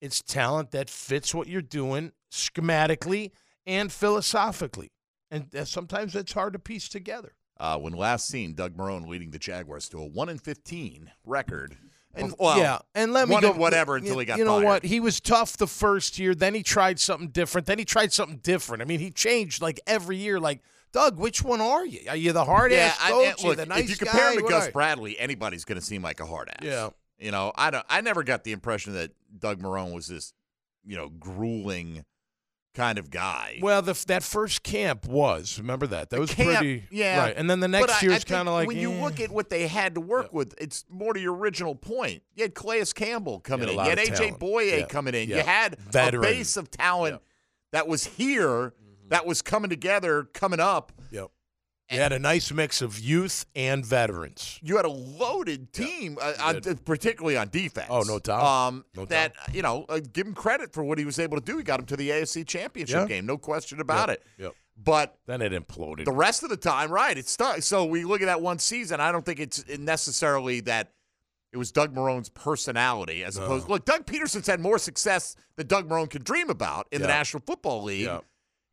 Speaker 7: It's talent that fits what you're doing schematically and philosophically. And that- sometimes that's hard to piece together.
Speaker 6: Uh, when last seen, Doug Marone leading the Jaguars to a one in fifteen record.
Speaker 7: And,
Speaker 6: Bef- well,
Speaker 7: yeah, and let me
Speaker 6: one
Speaker 7: go.
Speaker 6: and whatever until he got
Speaker 7: You know
Speaker 6: fired.
Speaker 7: what? He was tough the first year. Then he tried something different. Then he tried something different. I mean, he changed like every year. Like Doug, which one are you? Are you the hard ass
Speaker 6: I-
Speaker 7: coach? you
Speaker 6: look,
Speaker 7: the nice
Speaker 6: if you compare
Speaker 7: guy?
Speaker 6: him to
Speaker 7: What
Speaker 6: Gus
Speaker 7: are you?
Speaker 6: Bradley, anybody's going to seem like a hard ass.
Speaker 7: Yeah.
Speaker 6: You know, I don't. I never got the impression that Doug Marone was this, you know, grueling kind of guy.
Speaker 7: Well, the, f- that first camp was. Remember that? That was
Speaker 6: Camp,
Speaker 7: pretty.
Speaker 6: yeah.
Speaker 7: Right. And then the
Speaker 6: But I-
Speaker 7: next
Speaker 6: I
Speaker 7: year's
Speaker 6: think
Speaker 7: kind of like
Speaker 6: when you
Speaker 7: eh.
Speaker 6: look at what they had to work with. It's more to your original point. You had Clayus Campbell coming
Speaker 7: Yeah, a
Speaker 6: in. You
Speaker 7: lot
Speaker 6: had
Speaker 7: of
Speaker 6: AJ
Speaker 7: talent.
Speaker 6: Boye
Speaker 7: Yeah,
Speaker 6: coming in. You
Speaker 7: yeah.
Speaker 6: had
Speaker 7: Veteran.
Speaker 6: a base
Speaker 7: Mm-hmm.
Speaker 6: of talent that was here, that was coming together, coming up.
Speaker 7: Yep. You had a nice mix of youth and veterans.
Speaker 6: You had a loaded team, uh, on, particularly on defense.
Speaker 7: Oh, no doubt.
Speaker 6: Um,
Speaker 7: No
Speaker 6: that you know, uh, give him credit for what he was able to do. He got him to the AFC Championship
Speaker 7: Yeah.
Speaker 6: game, no question about
Speaker 7: Yep,
Speaker 6: it.
Speaker 7: Yep.
Speaker 6: But
Speaker 7: then it imploded.
Speaker 6: The rest of the time, right? It's stuck. So we look at that one season. I don't think it's necessarily that it was Doug Marone's personality as opposed. Look, Doug Peterson's had more success than Doug Marone could dream about in the
Speaker 7: Yeah.
Speaker 6: National Football League,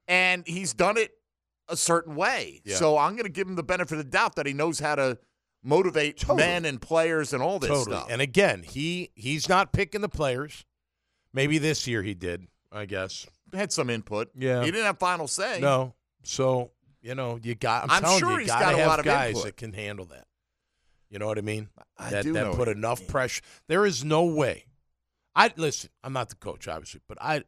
Speaker 6: and he's done it a certain way.
Speaker 7: Yeah.
Speaker 6: So I'm going to give him the benefit of the doubt that he knows how to motivate men and players and all this
Speaker 7: totally.
Speaker 6: stuff.
Speaker 7: And again, he he's not picking the players. Maybe this year he did. I guess
Speaker 6: had some input.
Speaker 7: Yeah,
Speaker 6: He didn't have final say.
Speaker 7: No, so you know you got. I'm,
Speaker 6: I'm
Speaker 7: telling
Speaker 6: sure
Speaker 7: you, you
Speaker 6: he's
Speaker 7: gotta
Speaker 6: got a
Speaker 7: have
Speaker 6: lot of
Speaker 7: guys
Speaker 6: input.
Speaker 7: that can handle that. You know what I mean?
Speaker 6: I
Speaker 7: that
Speaker 6: do
Speaker 7: that
Speaker 6: know
Speaker 7: put
Speaker 6: what
Speaker 7: enough pressure. There is no way. I listen. I'm not the coach, obviously, but I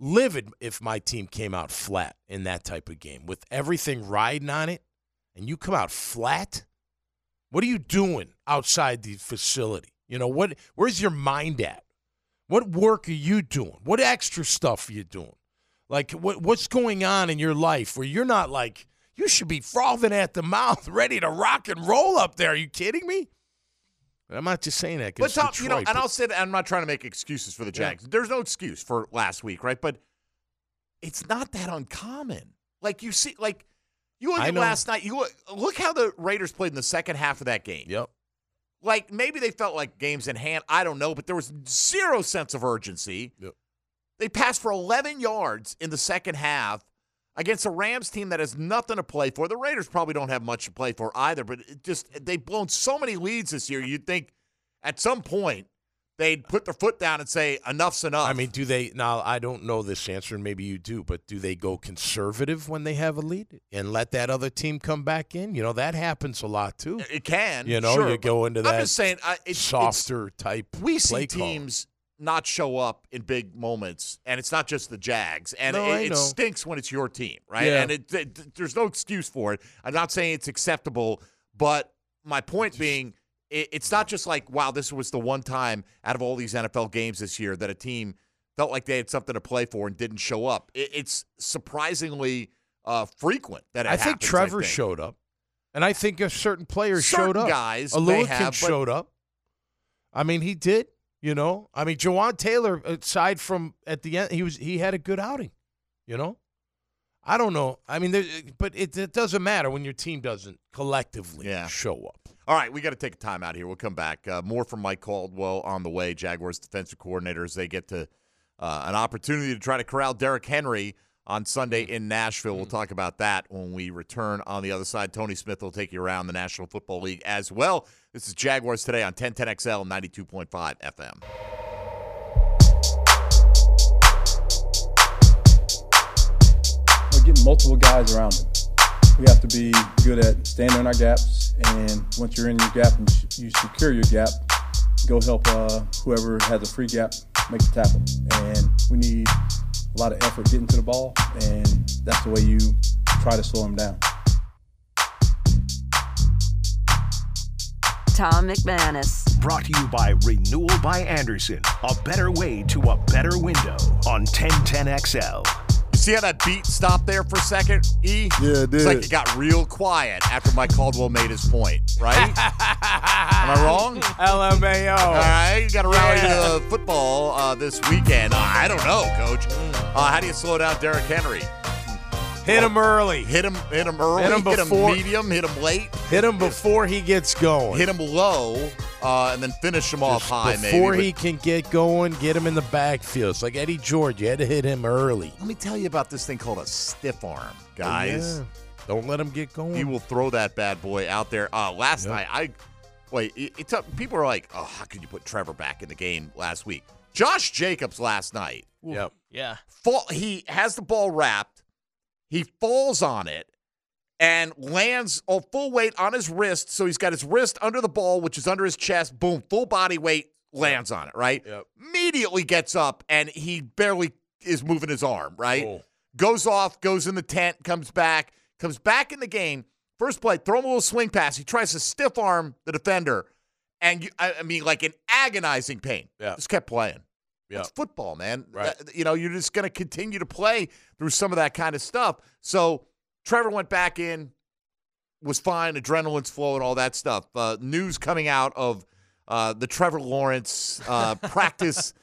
Speaker 7: livid if my team came out flat in that type of game with everything riding on it, and you come out flat. What are you doing outside the facility? You know what? Where's your mind at? What work are you doing? What extra stuff are you doing? Like what what's going on in your life where you're not like you should be frothing at the mouth, ready to rock and roll up there. Are you kidding me? But I'm not just saying that. because
Speaker 6: But Tom, you know, and I'll say that I'm not trying to make excuses for the
Speaker 7: Yeah.
Speaker 6: Jags. There's no excuse for last week, right? But it's not that uncommon. Like you see, like you look
Speaker 7: I
Speaker 6: at
Speaker 7: know.
Speaker 6: last night. You look, look how the Raiders played in the second half of that game.
Speaker 7: Yep.
Speaker 6: Like maybe they felt like games in hand. I don't know, but there was zero sense of urgency.
Speaker 7: Yep.
Speaker 6: They passed for 11 yards in the second half against a Rams team that has nothing to play for. The Raiders probably don't have much to play for either, but it just they've blown so many leads this year. You'd think at some point they'd put their foot down and say enough's enough.
Speaker 7: I mean, do they now? I don't know this answer, and maybe you do, but do they go conservative when they have a lead and let that other team come back in? You know, that happens a lot too.
Speaker 6: it can.
Speaker 7: You know,
Speaker 6: sure,
Speaker 7: you go
Speaker 6: but
Speaker 7: into
Speaker 6: I'm
Speaker 7: that
Speaker 6: just saying, I, it's, it's-
Speaker 7: softer type.
Speaker 6: we see
Speaker 7: play call.
Speaker 6: teams not show up in big moments, and it's not just the Jags, and
Speaker 7: No, I
Speaker 6: it, it
Speaker 7: know.
Speaker 6: stinks when it's your team, right?
Speaker 7: Yeah.
Speaker 6: And it, it- there's no excuse for it. I'm not saying it's acceptable, but my point being, it, it's not just like wow, this was the one time out of all these NFL games this year that a team felt like they had something to play for and didn't show up. It, it's surprisingly uh, frequent that it
Speaker 7: I think
Speaker 6: happens,
Speaker 7: Trevor
Speaker 6: think.
Speaker 7: showed up, and I think a certain player showed
Speaker 6: Certain
Speaker 7: up.
Speaker 6: guys
Speaker 7: a
Speaker 6: may
Speaker 7: little
Speaker 6: have, but-
Speaker 7: showed up. I mean, he did. You know, I mean, Jawan Taylor. Aside from at the end, he was he had a good outing. You know, I don't know. I mean, there, but it, it doesn't matter when your team doesn't collectively show up.
Speaker 6: All right, we got to take a time out here. We'll come back. Uh, more from Mike Caldwell on the way. Jaguars defensive coordinator as they get to uh, an opportunity to try to corral Derrick Henry on
Speaker 7: Mm.
Speaker 6: Sunday in Nashville. We'll talk about that when we return on the other side. Tony Smith will take you around the National Football League as well. This is Jaguars today on 1010XL 92.5 FM.
Speaker 12: But get multiple guys around him. We have to be good at standing in our gaps, and once you're in your gap and you secure your gap, go help uh, whoever has a free gap make the tackle. And we need a lot of effort getting to the ball, and that's the way you try to slow him down.
Speaker 4: Tom McManus.
Speaker 5: Brought to you by Renewal by Anderson, a better way to a better window on 1010XL.
Speaker 6: You see how that beat stopped there for a second, E? Yeah, It's like
Speaker 5: did.
Speaker 6: it got real quiet after Mike Caldwell made his point, right? Am I wrong?
Speaker 7: LMAO.
Speaker 6: All right, got to rally to the football uh, this weekend. I don't know, Coach. Uh, how do you slow down Derrick Henry?
Speaker 7: Mm. Hit him early.
Speaker 6: Hit him. Hit him early.
Speaker 7: Hit him before.
Speaker 6: medium. Hit him late.
Speaker 7: Hit him before he gets going.
Speaker 6: Hit him low, uh, and then finish him off high.
Speaker 7: before
Speaker 6: maybe,
Speaker 7: he can get going, get him in the backfield. It's like Eddie George. You had to hit him early.
Speaker 6: Let me tell you about this thing called a stiff arm,
Speaker 7: Oh,
Speaker 6: guys.
Speaker 7: Yeah. Don't let him get going.
Speaker 6: He will throw that bad boy out there. Uh, last night, I wait. It, it's up people are like, "Oh, how could you put Trevor back in the game last week?" Josh Jacobs last night.
Speaker 7: Yep.
Speaker 8: Yeah.
Speaker 6: Fall, he has the ball wrapped. He falls on it and lands a full weight on his wrist. So he's got his wrist under the ball, which is under his chest. Boom, full body weight lands on it. Right.
Speaker 7: Yep.
Speaker 6: Immediately gets up and he barely is moving his arm. Right. Goes off, goes in the tent, comes back, comes back in the game. First play, throw him a little swing pass. He tries to stiff arm the defender, and you, I, I mean, like in agonizing pain.
Speaker 7: Yeah.
Speaker 6: Just kept playing.
Speaker 7: Yeah.
Speaker 6: It's football, man.
Speaker 7: Right.
Speaker 6: That- you know, you're just going to continue to play through some of that kind of stuff. So Trevor went back in, was fine, adrenaline's flowing, all that stuff. Uh, news coming out of uh, the Trevor Lawrence uh, practice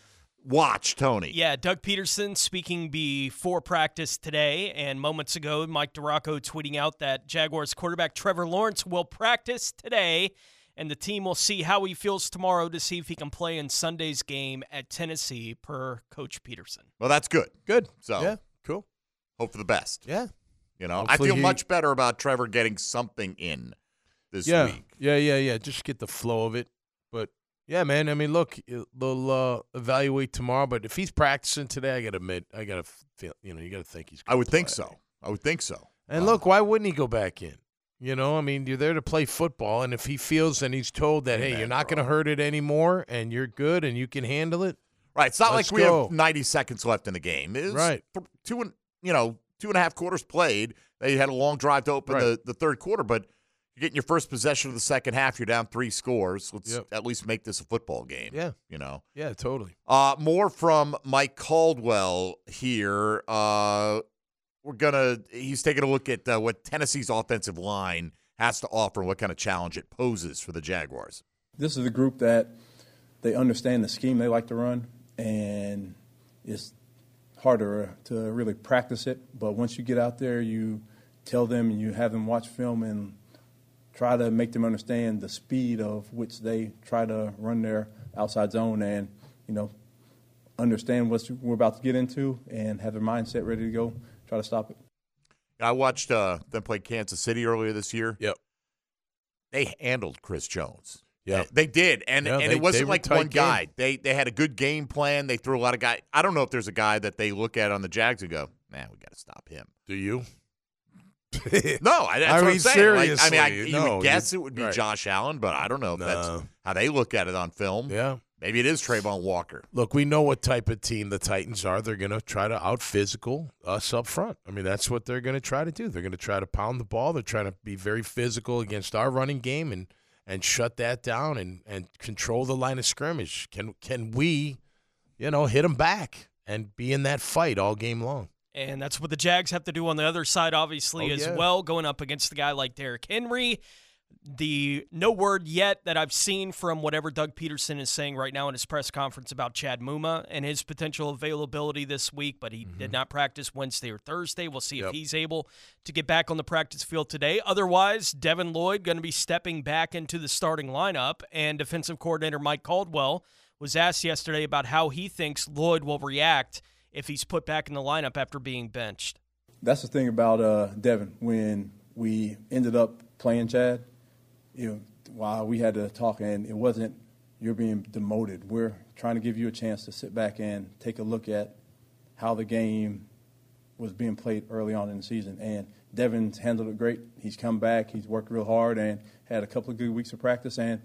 Speaker 6: watch, Tony.
Speaker 8: Yeah, Doug Peterson speaking before practice today, and moments ago, Mike Duraco tweeting out that Jaguars quarterback Trevor Lawrence will practice today, and the team will see how he feels tomorrow to see if he can play in Sunday's game at Tennessee, per Coach Peterson.
Speaker 6: Well, that's good.
Speaker 7: Good.
Speaker 6: So
Speaker 7: Yeah, cool.
Speaker 6: Hope for the best.
Speaker 7: Yeah.
Speaker 6: You know,
Speaker 7: Hopefully
Speaker 6: I feel
Speaker 7: he-
Speaker 6: much better about Trevor getting something in this
Speaker 7: yeah,
Speaker 6: week.
Speaker 7: yeah, yeah, yeah. Just get the flow of it. But yeah, man. I mean, look, it- they'll uh, evaluate tomorrow. But if he's practicing today, I gotta admit, I gotta feel. You know, you gotta think he's.
Speaker 6: I would think so. I would think so. Uh,
Speaker 7: And look, why wouldn't he go back in? You know, I mean, you're there to play football, and if he feels and he's told that, hey, you're not going to hurt it anymore, and you're good, and you can handle it.
Speaker 6: Right. It's not
Speaker 7: let's
Speaker 6: like we
Speaker 7: go.
Speaker 6: have 90 seconds left in the game. It was
Speaker 7: Right.
Speaker 6: th- two and you know two and a half quarters played. They had a long drive to open the, the third quarter, but you're getting your first possession of the second half. You're down three scores. Let's
Speaker 7: Yep.
Speaker 6: at least make this a football game.
Speaker 7: Yeah.
Speaker 6: You know.
Speaker 7: Yeah, totally.
Speaker 6: Uh, more from Mike Caldwell here. Uh, we're gonna. He's taking a look at uh, what Tennessee's offensive line has to offer and what kind of challenge it poses for the Jaguars.
Speaker 12: This is a group that they understand the scheme they like to run, and it's harder uh, to really practice it. But once you get out there, you tell them and you have them watch film and try to make them understand the speed of which they try to run their outside zone and, you know, understand what we're about to get into and have their mindset ready to go, try to stop it.
Speaker 6: I watched uh, them play Kansas City earlier this year.
Speaker 7: Yep.
Speaker 6: They handled Chris Jones.
Speaker 7: Yeah.
Speaker 6: They did. And
Speaker 7: Yeah,
Speaker 6: and
Speaker 7: they-
Speaker 6: it
Speaker 7: they
Speaker 6: wasn't
Speaker 7: were
Speaker 6: like
Speaker 7: tight
Speaker 6: one
Speaker 7: game.
Speaker 6: guy. They they had a good game plan. They threw a lot of guy. I don't know if there's a guy that they look at on the Jags and go, man, we got to stop him.
Speaker 7: Do you?
Speaker 6: No, I, that's
Speaker 7: I
Speaker 6: what
Speaker 7: mean,
Speaker 6: I'm saying. Like, I
Speaker 7: seriously,
Speaker 6: mean, I, you
Speaker 7: no,
Speaker 6: would guess
Speaker 7: you-
Speaker 6: it would be
Speaker 7: right.
Speaker 6: Josh Allen, but I don't know if that's
Speaker 7: No.
Speaker 6: how they look at it on film.
Speaker 7: Yeah.
Speaker 6: Maybe it is Trayvon Walker.
Speaker 7: Look, we know what type of team the Titans are. They're going to try to out physical us up front. I mean, that's what they're going to try to do. They're going to try to pound the ball. They're trying to be very physical against our running game and and shut that down and and control the line of scrimmage. Can can we, you know, hit them back and be in that fight all game long?
Speaker 8: And that's what the Jags have to do on the other side, obviously,
Speaker 7: Oh,
Speaker 8: as
Speaker 7: yeah.
Speaker 8: well, going up against a guy like Derrick Henry. The no word yet that I've seen from whatever Doug Peterson is saying right now in his press conference about Chad Muma and his potential availability this week, but he did not practice Wednesday or Thursday. We'll see if he's able to get back on the practice field today. Otherwise, Devin Lloyd going to be stepping back into the starting lineup, and defensive coordinator Mike Caldwell was asked yesterday about how he thinks Lloyd will react if he's put back in the lineup after being benched.
Speaker 12: That's the thing about uh, Devin. When we ended up playing Chad, you know, while we had to talk, and it wasn't you're being demoted. We're trying to give you a chance to sit back and take a look at how the game was being played early on in the season. And Devin's handled it great. He's come back. He's worked real hard and had a couple of good weeks of practice. And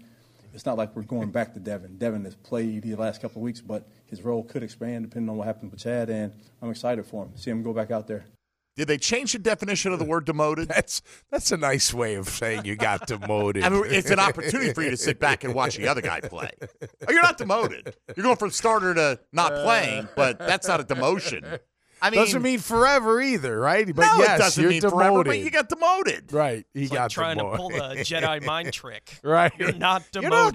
Speaker 12: it's not like we're going back to Devin. Devin has played the last couple of weeks, but his role could expand depending on what happens with Chad. And I'm excited for him. See him go back out there.
Speaker 6: Did they change the definition of the word demoted?
Speaker 7: That's that's a nice way of saying you got demoted.
Speaker 6: I mean, it's an opportunity for you to sit back and watch the other guy play. Oh, you're not demoted. You're going from starter to not playing, but that's not a demotion. I mean,
Speaker 7: Uh. doesn't mean forever either, right? But
Speaker 6: no,
Speaker 7: yes,
Speaker 6: it doesn't
Speaker 7: you're
Speaker 6: mean
Speaker 7: demoted.
Speaker 6: forever, but you got demoted.
Speaker 7: right. He
Speaker 8: It's
Speaker 7: got
Speaker 8: like trying to
Speaker 7: demoted.
Speaker 8: pull the Jedi mind trick.
Speaker 7: Right.
Speaker 8: You're not
Speaker 7: You're not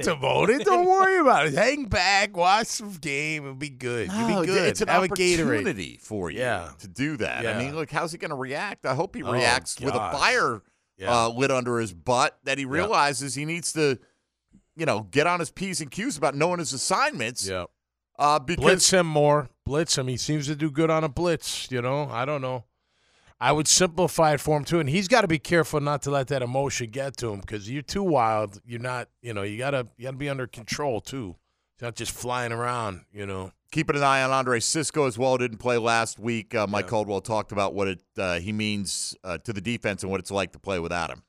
Speaker 7: demoted.
Speaker 8: demoted.
Speaker 7: Don't worry about it. Hang back, watch some game, and be good.
Speaker 6: No,
Speaker 7: You'll be good.
Speaker 6: It's an
Speaker 7: Have a Gatorade.
Speaker 6: opportunity for you
Speaker 7: Yeah.
Speaker 6: to do that.
Speaker 7: Yeah.
Speaker 6: I mean, look, how's he going to react? I hope he
Speaker 7: Oh,
Speaker 6: reacts with a
Speaker 7: gosh.
Speaker 6: fire
Speaker 7: Yeah.
Speaker 6: uh, lit under his butt that he realizes he needs to, you know, get on his p's and q's about knowing his assignments.
Speaker 7: Yeah.
Speaker 6: Uh, because
Speaker 7: blitz him more. Blitz him. He seems to do good on a blitz. You know, I don't know. I would simplify it for him too, and he's got to be careful not to let that emotion get to him because you're too wild. You're not. You know, you gotta you gotta be under control too. You're not just flying around. You know.
Speaker 6: keeping an eye on Andre Cisco as well. Didn't play last week. Uh, Mike Caldwell talked about what it uh, he means uh, to the defense and what it's like to play without him.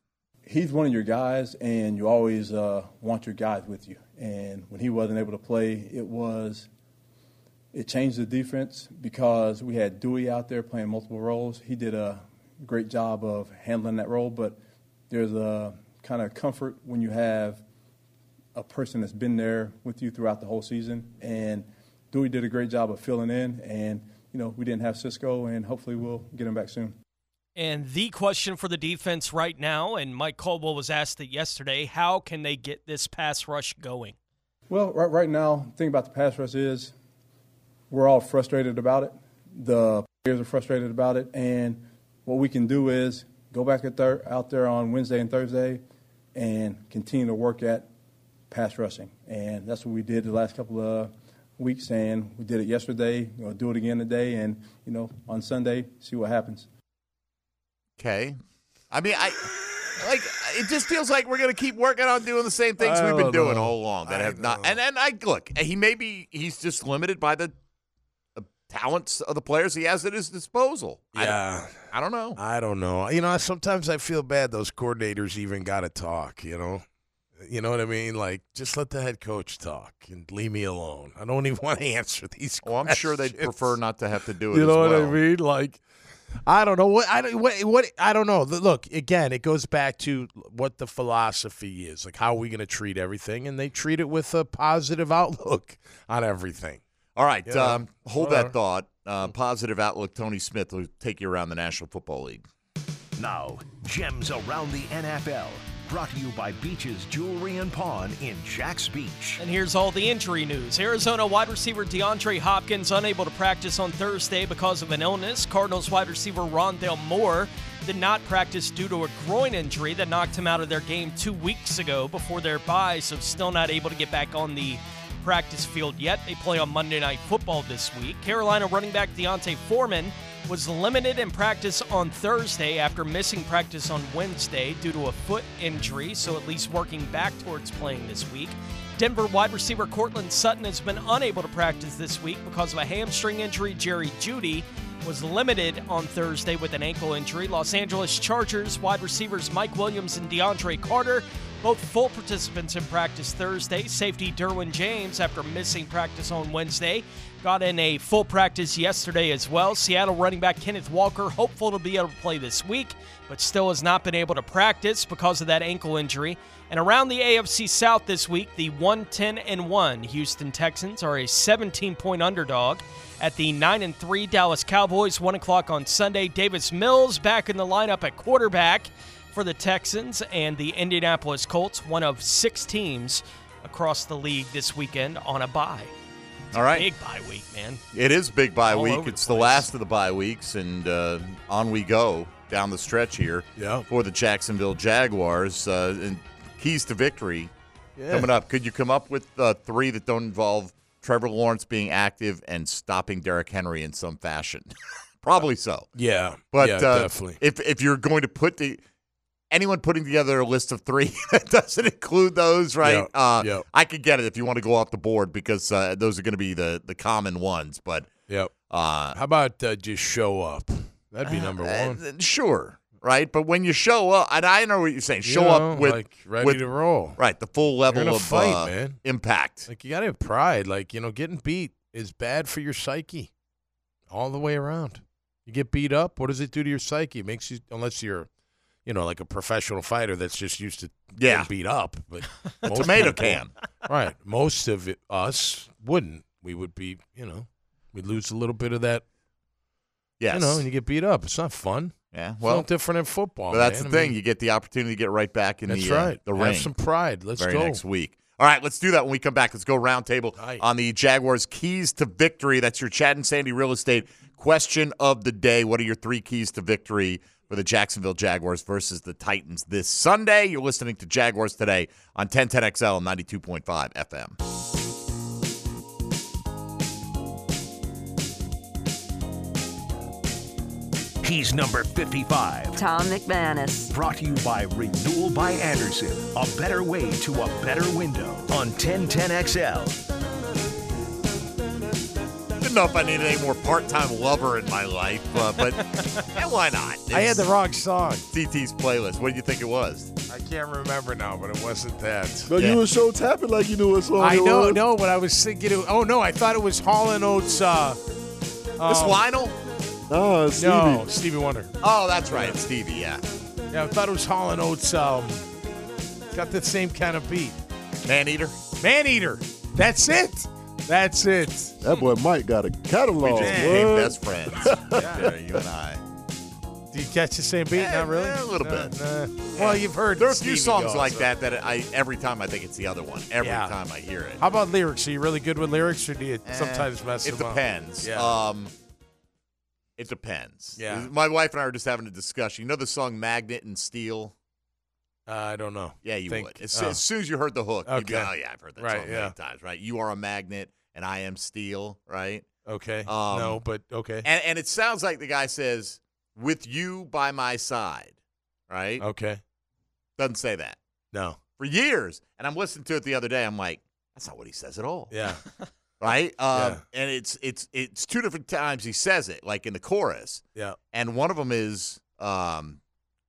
Speaker 12: he's one of your guys, and you always uh, want your guys with you. And when he wasn't able to play, it was it changed the defense because we had Dewey out there playing multiple roles. He did a great job of handling that role, but there's a kind of comfort when you have a person that's been there with you throughout the whole season. And Dewey did a great job of filling in, and you know we didn't have Cisco, and hopefully we'll get him back soon.
Speaker 8: And the question for the defense right now, and Mike Caldwell was asked it yesterday, how can they get this pass rush going?
Speaker 12: Well, right, right now, the thing about the pass rush is we're all frustrated about it. The players are frustrated about it. And what we can do is go back at thir- out there on Wednesday and Thursday and continue to work at pass rushing. And that's what we did the last couple of weeks. And we did it yesterday. We'll do it again today. And, you know, on Sunday, see what happens.
Speaker 6: Okay. I mean, I like it just feels like we're gonna keep working on doing the same things
Speaker 12: I
Speaker 7: Oh,
Speaker 6: we've been
Speaker 12: don't
Speaker 6: doing
Speaker 12: know.
Speaker 6: all along that have not. And and I look, he may be he's just limited by the uh, talents of the players he has at his disposal.
Speaker 7: Yeah.
Speaker 6: I don't know.
Speaker 7: I don't know. You know, I- sometimes I feel bad those coordinators even got to talk, you know? You know what I mean? Like, just let the head coach talk and leave me alone. I don't even want to answer these
Speaker 6: Well, Oh, I'm sure they'd
Speaker 7: questions.
Speaker 6: prefer not to have to do it.
Speaker 7: You
Speaker 6: as
Speaker 7: know what
Speaker 6: well.
Speaker 7: I mean? Like, I don't know what I don't what, what I don't know. Look, again, it goes back to what the philosophy is. Like, how are we going to treat everything? And they treat it with a positive outlook on everything.
Speaker 6: All right,
Speaker 7: You know?
Speaker 6: um, hold
Speaker 7: Whatever.
Speaker 6: that thought. Uh, positive outlook. Tony Smith will take you around the National Football League.
Speaker 5: Now, Gems Around the NFL, brought to you by Beaches Jewelry and Pawn in Jack's Beach.
Speaker 8: And here's all the injury news. Arizona wide receiver DeAndre Hopkins unable to practice on Thursday because of an illness. Cardinals wide receiver Rondell Moore did not practice due to a groin injury that knocked him out of their game two weeks ago before their bye, so still not able to get back on the practice field yet. They play on Monday Night Football this week. Carolina running back Deontay Foreman was limited in practice on Thursday after missing practice on Wednesday due to a foot injury, so at least working back towards playing this week. Denver wide receiver Cortland Sutton has been unable to practice this week because of a hamstring injury. Jerry Judy was limited on Thursday with an ankle injury. Los Angeles Chargers wide receivers Mike Williams and DeAndre Carter, both full participants in practice Thursday. Safety Derwin James, after missing practice on Wednesday, got in a full practice yesterday as well. Seattle running back Kenneth Walker, hopeful to be able to play this week, but still has not been able to practice because of that ankle injury. And around the AFC South this week, the 110 and 1 Houston Texans are a 17 point underdog at the 9 and 3 Dallas Cowboys. 1 o'clock on Sunday. Davis Mills back in the lineup at quarterback for the Texans and the Indianapolis Colts, one of six teams across the league this weekend on a bye.
Speaker 6: All right.
Speaker 8: Big bye week, man.
Speaker 6: It is big bye
Speaker 8: All
Speaker 6: week.
Speaker 8: over
Speaker 6: It's the last of the bye weeks, and uh, on we go down the stretch here
Speaker 7: yeah.
Speaker 6: for the Jacksonville Jaguars. Uh, and keys to victory
Speaker 7: Yeah.
Speaker 6: coming up. Could you come up with uh, three that don't involve Trevor Lawrence being active and stopping Derrick Henry in some fashion? Probably so.
Speaker 7: Yeah.
Speaker 6: But
Speaker 7: Yeah,
Speaker 6: uh,
Speaker 7: definitely.
Speaker 6: if if you're going to put the anyone putting together a list of three that doesn't include those, right?
Speaker 7: Yeah,
Speaker 6: uh,
Speaker 7: yeah.
Speaker 6: I could get it if you want to go off the board because uh, those are going to be the the common ones. But
Speaker 7: Yep.
Speaker 6: uh,
Speaker 7: How about uh, just show up? That'd be number one.
Speaker 6: uh, sure, right? But when you show up, and I know what you're saying,
Speaker 7: You
Speaker 6: show
Speaker 7: know,
Speaker 6: up with
Speaker 7: like, ready
Speaker 6: with-
Speaker 7: to roll.
Speaker 6: right? The full level
Speaker 7: You're in a
Speaker 6: of
Speaker 7: fight,
Speaker 6: uh,
Speaker 7: man.
Speaker 6: impact.
Speaker 7: Like you got to have pride. Like you know, getting beat is bad for your psyche, all the way around. You get beat up. What does it do to your psyche? It makes you, unless you're, you know, like a professional fighter that's just used to
Speaker 6: Yeah.
Speaker 7: getting beat up. But
Speaker 6: A
Speaker 7: most
Speaker 6: tomato
Speaker 7: people-
Speaker 6: can.
Speaker 7: right? Most of it, us wouldn't. We would be, you know, we lose a little bit of that.
Speaker 6: Yes.
Speaker 7: You know, and you get beat up. It's not fun.
Speaker 6: Yeah,
Speaker 7: It's
Speaker 6: well-
Speaker 7: no different in football.
Speaker 6: But that's
Speaker 7: man.
Speaker 6: the
Speaker 7: I
Speaker 6: thing.
Speaker 7: mean,
Speaker 6: you get the opportunity to get right back in
Speaker 7: That's
Speaker 6: the, uh,
Speaker 7: right.
Speaker 6: the
Speaker 7: Have
Speaker 6: ring.
Speaker 7: some pride. Let's
Speaker 6: Very
Speaker 7: go.
Speaker 6: next week. All right, let's do that when we come back. Let's go roundtable on the Jaguars' keys to victory. That's your Chad and Sandy real estate question of the day. What are your three keys to victory for the Jacksonville Jaguars versus the Titans this Sunday? You're listening to Jaguars today on 1010XL and 92.5 FM.
Speaker 5: He's number 55.
Speaker 15: Tom McManus.
Speaker 5: Brought to you by Renewal by Anderson, a better way to a better window on 1010XL.
Speaker 6: Didn't know if I needed any more part-time lover in my life, uh, but eh, why not?
Speaker 7: I had the wrong song.
Speaker 6: DT's playlist. What do you think it was?
Speaker 7: I can't remember now, but it wasn't that.
Speaker 9: But you were so tapping like you knew what song
Speaker 7: I
Speaker 9: it
Speaker 7: know,
Speaker 9: was.
Speaker 7: no, but I was thinking. It, oh no, I thought it was Hall and Oates. Uh, um,
Speaker 6: This Lionel?
Speaker 9: Oh, Stevie.
Speaker 7: No, Stevie Wonder.
Speaker 6: Oh, that's right, Stevie. Yeah,
Speaker 7: Yeah, I thought it was Hall and Oates. Um, got the same kind of beat.
Speaker 6: Man Eater.
Speaker 7: Man Eater. That's it. That's it.
Speaker 9: That boy Mike got a
Speaker 6: We
Speaker 9: catalog.
Speaker 6: just became
Speaker 9: what?
Speaker 6: best friends. yeah, you and I.
Speaker 7: Do you catch the same beat? Not really.
Speaker 6: A little bit.
Speaker 7: Well, you've heard
Speaker 6: There are a
Speaker 7: Stevie
Speaker 6: few songs
Speaker 7: Goss,
Speaker 6: like
Speaker 7: so-
Speaker 6: that that I every time I think it's the other one. Every
Speaker 7: Yeah.
Speaker 6: time I hear it.
Speaker 7: How about lyrics? Are you really good with lyrics, or do you sometimes mess
Speaker 6: Eh, It
Speaker 7: them up?
Speaker 6: depends.
Speaker 7: Yeah.
Speaker 6: Um, it depends.
Speaker 7: Yeah.
Speaker 6: My wife and I were just having a discussion. You know the song "Magnet and Steel."
Speaker 7: Uh, I don't know.
Speaker 6: Yeah, you
Speaker 7: Think-
Speaker 6: would. As,
Speaker 7: oh.
Speaker 6: as soon as you heard the hook, you'd be,
Speaker 7: Okay.
Speaker 6: oh yeah, I've heard that
Speaker 7: Right,
Speaker 6: song
Speaker 7: yeah.
Speaker 6: many times. Right? You are a magnet, and I am steel. Right?
Speaker 7: Okay.
Speaker 6: Um,
Speaker 7: no, but okay.
Speaker 6: And and it sounds like the guy says, "With you by my side." Right?
Speaker 7: Okay.
Speaker 6: Doesn't say that.
Speaker 7: No.
Speaker 6: For years, and I'm listening to it the other day. I'm like, that's not what he says at all.
Speaker 7: Yeah.
Speaker 6: right? Um, And it's it's it's two different times he says it, like in the chorus,
Speaker 7: Yeah.
Speaker 6: and one of them is um,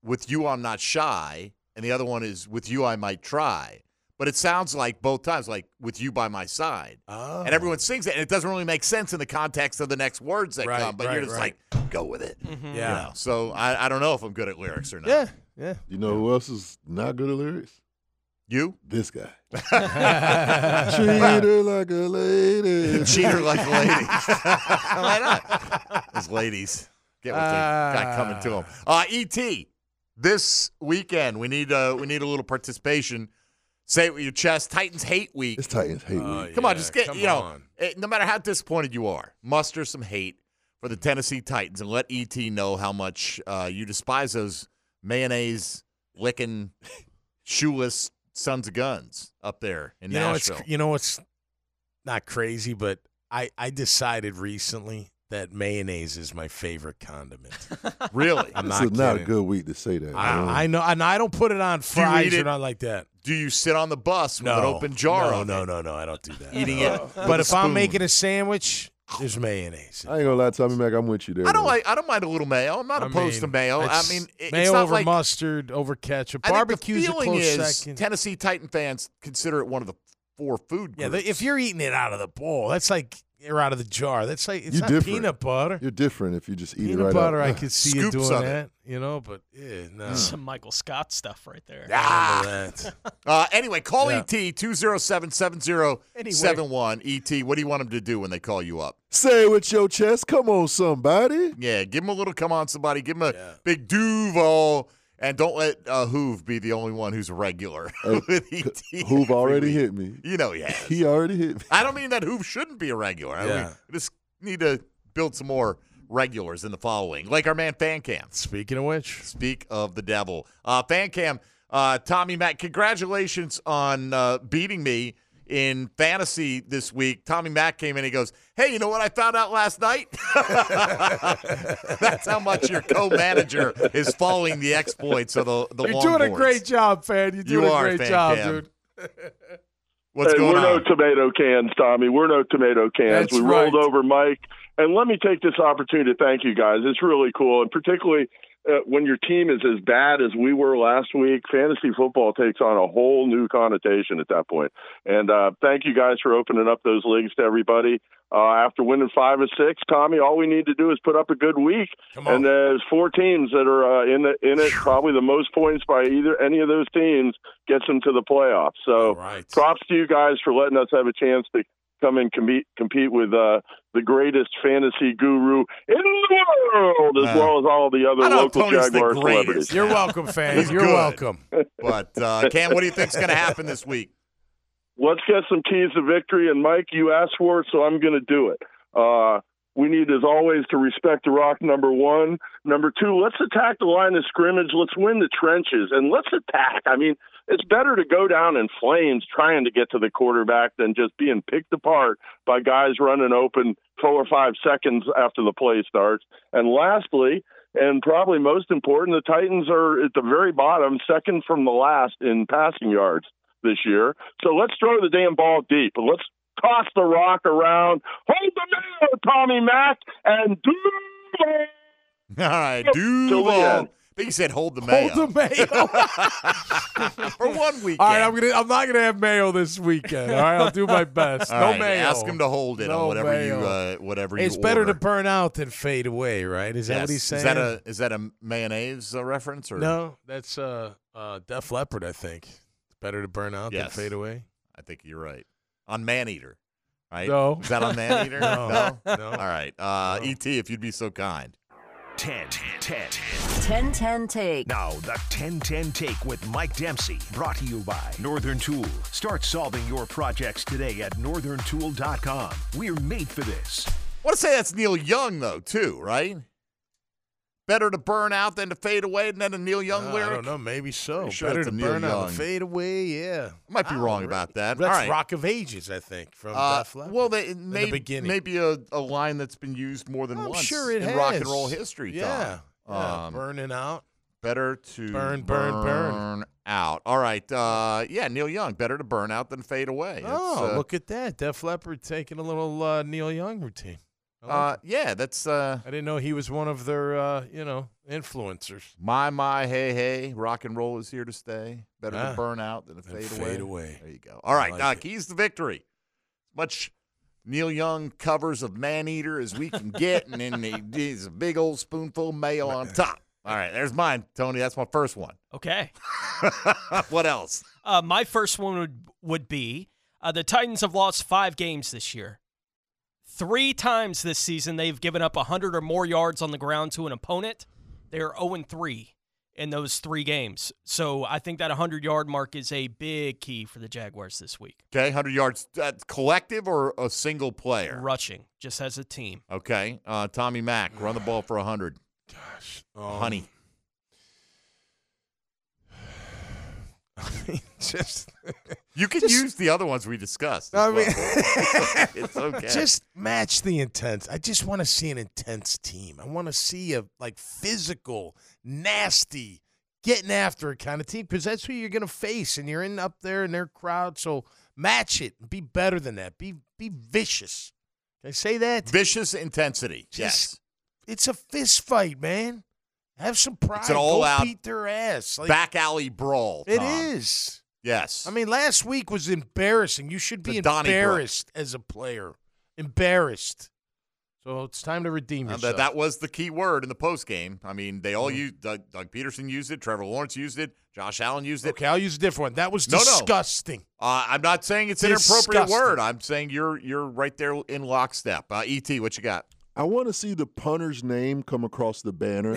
Speaker 6: "With you, I'm not shy," and the other one is "With you, I might try." But it sounds like both times, like "With you by my side,"
Speaker 7: oh.
Speaker 6: and everyone sings it, and it doesn't really make sense in the context of the next words that
Speaker 7: Right,
Speaker 6: come. But you're
Speaker 7: right,
Speaker 6: just
Speaker 7: right.
Speaker 6: like, "Go with it."
Speaker 7: Mhm.
Speaker 6: you
Speaker 7: Yeah.
Speaker 6: know? So I, I don't know if I'm good at lyrics or not.
Speaker 7: Yeah. Yeah.
Speaker 9: You know who else is not good at lyrics?
Speaker 6: You?
Speaker 9: This guy. Treat her like a lady.
Speaker 6: Cheat her like ladies. Why not? Ah. Those ladies get what they got coming to them. Uh, Et, this weekend we need uh, we need a little participation. Say it with your chest. Titans hate week. It's
Speaker 9: Titans hate
Speaker 6: week. Oh, Come on, just get you know. eh, No matter how disappointed you are, muster some hate for the Tennessee Titans and let Et know how much uh, you despise those mayonnaise licking, shoeless sons of guns up there in
Speaker 7: you know, it's
Speaker 6: Nashville.
Speaker 7: you know it's not crazy, but I I decided recently that mayonnaise is my favorite condiment.
Speaker 6: really?
Speaker 7: I'm
Speaker 9: This
Speaker 7: not
Speaker 9: is not a
Speaker 7: kidding.
Speaker 9: good week to say that. man.
Speaker 7: I, I know, and I don't put it on
Speaker 6: Do you
Speaker 7: fries
Speaker 6: eat
Speaker 7: or
Speaker 6: it-
Speaker 7: not like that.
Speaker 6: Do you sit on the bus with
Speaker 7: No,
Speaker 6: an open jar?
Speaker 7: No,
Speaker 6: of
Speaker 7: no,
Speaker 6: it,
Speaker 7: no, no. I don't do that.
Speaker 6: Eating
Speaker 7: No.
Speaker 6: it. with
Speaker 7: But
Speaker 6: a
Speaker 7: if I'm
Speaker 6: spoon?
Speaker 7: making a sandwich, there's mayonnaise.
Speaker 9: I ain't gonna lie, Tommy Mac, I'm with you there.
Speaker 6: I don't
Speaker 9: man.
Speaker 6: like. I don't mind a little mayo. I'm not
Speaker 7: I
Speaker 6: opposed to
Speaker 7: mean,
Speaker 6: mayo. I
Speaker 7: it's
Speaker 6: mean, it-
Speaker 7: mayo
Speaker 6: it's not
Speaker 7: over
Speaker 6: like
Speaker 7: mustard over ketchup.
Speaker 6: I think the
Speaker 7: Barbecue's a
Speaker 6: feeling
Speaker 7: close
Speaker 6: is
Speaker 7: second.
Speaker 6: Tennessee Titan fans consider it one of the four food.
Speaker 7: Yeah,
Speaker 6: groups.
Speaker 7: they- if you're eating it out of the bowl, that's like you're out of the jar. That's like it's
Speaker 9: You
Speaker 7: not
Speaker 9: different.
Speaker 7: peanut butter.
Speaker 9: You're different if you just eat it
Speaker 7: Peanut
Speaker 9: right
Speaker 7: butter,
Speaker 9: out.
Speaker 7: I could see you
Speaker 9: Scoops
Speaker 7: doing
Speaker 9: of it.
Speaker 7: that. You know, but yeah, no.
Speaker 8: Some Michael Scott stuff right there.
Speaker 6: Ah! Uh, anyway, call
Speaker 8: Yeah.
Speaker 6: ET 207-7071. ET, E what do you want them to do when they call you up?
Speaker 9: Say it with your chest. Come on, somebody.
Speaker 6: Yeah, give them a little come on somebody. Give them a big Duval. And don't let uh, Hoove be the only one who's a regular with E ET.
Speaker 9: Who've already hit me.
Speaker 6: You know he has.
Speaker 9: He already hit me.
Speaker 6: I don't mean that Hoove shouldn't be a regular. I
Speaker 7: Yeah.
Speaker 6: mean, we just need to build some more regulars in the following, like our man Fan Cam.
Speaker 7: Speaking of which,
Speaker 6: speak of the devil. Uh, Fan Cam, uh, Tommy Mack, congratulations on uh, beating me in fantasy this week. Tommy Mack came in and goes, Hey, you know what I found out last night? That's how much your co manager is following the exploits of the, the
Speaker 7: You're doing a
Speaker 6: Longhorns.
Speaker 7: great job, fan. You're
Speaker 6: You
Speaker 7: doing
Speaker 6: are,
Speaker 7: a great
Speaker 6: Fan
Speaker 7: job,
Speaker 6: Cam.
Speaker 7: dude.
Speaker 6: What's
Speaker 15: Hey,
Speaker 6: going
Speaker 15: we're
Speaker 6: on?
Speaker 15: no tomato cans, Tommy. We're no tomato cans.
Speaker 7: That's
Speaker 15: we rolled over Mike. And let me take this opportunity to thank you guys. It's really cool. And particularly uh, when your team is as bad as we were last week, fantasy football takes on a whole new connotation at that point. And uh, thank you guys for opening up those leagues to everybody. Uh, after winning five or six, Tommy, all we need to do is put up a good week. And there's four teams that are uh, in the, in it. Probably the most points by either any of those teams gets them to the playoffs. So props to you guys for letting us have a chance to come and compete compete with uh, the greatest fantasy guru in the world, as
Speaker 6: Uh,
Speaker 15: well as all the
Speaker 6: I
Speaker 15: other
Speaker 6: don't know if
Speaker 15: local
Speaker 6: Tony's the
Speaker 15: Jaguar
Speaker 6: greatest.
Speaker 15: celebrities.
Speaker 7: You're welcome, fan.
Speaker 6: He's
Speaker 7: You're
Speaker 6: good.
Speaker 7: welcome.
Speaker 6: But, uh, Cam, what do you think's going to happen this week?
Speaker 15: let's get some keys to victory. And Mike, you asked for it, so I'm going to do it. Uh, we need, as always, to respect the rock. Number one, number two, let's attack the line of scrimmage. Let's win the trenches, and let's attack. I mean, it's better to go down in flames trying to get to the quarterback than just being picked apart by guys running open four or five seconds after the play starts. And lastly, and probably most important, the Titans are at the very bottom, second from the last in passing yards this year. So let's throw the damn ball deep. and Let's toss the rock around. Hold the nail, Tommy Mack, and do it.
Speaker 6: All right,
Speaker 15: Till the
Speaker 6: Duval. I
Speaker 15: end.
Speaker 6: think you said hold the mayo.
Speaker 7: Hold the mayo.
Speaker 6: For one weekend.
Speaker 7: All right, I'm gonna. I'm not gonna have mayo this weekend. All right, I'll do my best.
Speaker 6: All
Speaker 7: no
Speaker 6: right,
Speaker 7: mayo.
Speaker 6: Ask him to hold it
Speaker 7: No
Speaker 6: on whatever you
Speaker 7: mayo.
Speaker 6: uh, whatever you
Speaker 7: It's better to
Speaker 6: order.
Speaker 7: burn out than fade away, right? Is that what he's
Speaker 6: Yes.
Speaker 7: saying?
Speaker 6: Is that a is that a mayonnaise uh, reference or
Speaker 7: no? That's uh, uh, Def Leppard, I think. It's better to burn out
Speaker 6: Yes.
Speaker 7: than fade away.
Speaker 6: I think you're right. On Man Eater, right?
Speaker 7: No.
Speaker 6: Is that on Man Eater?
Speaker 7: No.
Speaker 6: no.
Speaker 7: No.
Speaker 6: E All right. Uh, E.T., if you'd be so kind.
Speaker 5: 10 10
Speaker 16: 1010 Take.
Speaker 5: Now, the 1010 Take with Mike Dempsey, brought to you by Northern Tool. Start solving your projects today at northerntool.com. We're made for this.
Speaker 6: want to say that's Neil Young, though, too, right? Better to burn out than to fade away, and then a Neil Young
Speaker 7: Uh,
Speaker 6: lyric.
Speaker 7: I don't know. Maybe so.
Speaker 6: Pretty sure
Speaker 7: Better
Speaker 6: it's
Speaker 7: to
Speaker 6: a Neil
Speaker 7: burn out
Speaker 6: Young.
Speaker 7: and fade away. Yeah,
Speaker 6: I might be wrong about that.
Speaker 7: That's
Speaker 6: All right.
Speaker 7: Rock of Ages, I think, from
Speaker 6: Uh,
Speaker 7: Def Leppard.
Speaker 6: well, they,
Speaker 7: in
Speaker 6: may-
Speaker 7: the beginning.
Speaker 6: maybe a, a line that's been used more than
Speaker 7: I'm
Speaker 6: once
Speaker 7: sure it
Speaker 6: in rock and
Speaker 7: has.
Speaker 6: roll history.
Speaker 7: Yeah,
Speaker 6: Tom.
Speaker 7: yeah,
Speaker 6: Um,
Speaker 7: burning out.
Speaker 6: better to
Speaker 7: Burn, burn, burn.
Speaker 6: burn out. All right, uh, yeah, Neil Young. Better to burn out than fade away.
Speaker 7: Oh,
Speaker 6: It's, uh,
Speaker 7: look at that! Def Leppard taking a little uh, Neil Young routine. I like
Speaker 6: uh,
Speaker 7: it.
Speaker 6: yeah, that's uh,
Speaker 7: I didn't know he was one of their, uh, you know, influencers.
Speaker 6: my my hey hey. Rock and roll is here to stay. Better
Speaker 7: Yeah.
Speaker 6: to burn out than to
Speaker 7: Than
Speaker 6: fade,
Speaker 7: fade away.
Speaker 6: There you go.
Speaker 7: I
Speaker 6: All right,
Speaker 7: like
Speaker 6: uh,
Speaker 7: it.
Speaker 6: keys to victory. As much Neil Young covers of Man Eater as we can get, and then he does a big old spoonful of mayo on top. All right, there's mine, Tony. That's my first one.
Speaker 8: Okay.
Speaker 6: what else?
Speaker 8: Uh, my first one would would be uh, the Titans have lost five games this year. Three times this season, they've given up 100 or more yards on the ground to an opponent. They are 0 3 in those three games. So I think that 100 yard mark is a big key for the Jaguars this week.
Speaker 6: Okay, 100 yards uh, collective or a single player?
Speaker 8: Rushing, just as a team.
Speaker 6: Okay, uh, Tommy Mack, run the ball for 100.
Speaker 7: Gosh.
Speaker 6: Honey.
Speaker 7: um, just
Speaker 6: You can use the other ones we discussed. as
Speaker 7: I mean-
Speaker 6: well. it's okay.
Speaker 7: Just match the intense. I just want to see an intense team. I want to see a like physical, nasty, getting after it kind of team because that's who you're going to face, and you're in up there in their crowd. So match it. Be better than that. Be be vicious. Can I say that?
Speaker 6: Vicious intensity. yes.
Speaker 7: It's a fist fight, man. Have some pride.
Speaker 6: It's an
Speaker 7: Go
Speaker 6: all-out
Speaker 7: beat their ass. Like,
Speaker 6: Back alley brawl.
Speaker 7: It
Speaker 6: Tom.
Speaker 7: is.
Speaker 6: Yes.
Speaker 7: I mean, last week was embarrassing. You should be
Speaker 6: The Donnybrook.
Speaker 7: embarrassed as a player. Embarrassed. So it's time to redeem
Speaker 6: Uh,
Speaker 7: yourself.
Speaker 6: that, that was the key word in the post game. I mean, they all
Speaker 7: Mhm.
Speaker 6: used Doug, Doug Peterson used it, Trevor Lawrence used it, Josh Allen used it.
Speaker 7: okay, I'll use a different one. That was
Speaker 6: No, no.
Speaker 7: disgusting.
Speaker 6: Uh, I'm not saying it's an appropriate
Speaker 7: Disgusting.
Speaker 6: word. I'm saying you're you're right there in lockstep. Uh, Et, what you got
Speaker 9: I want to see the punter's name come across the banner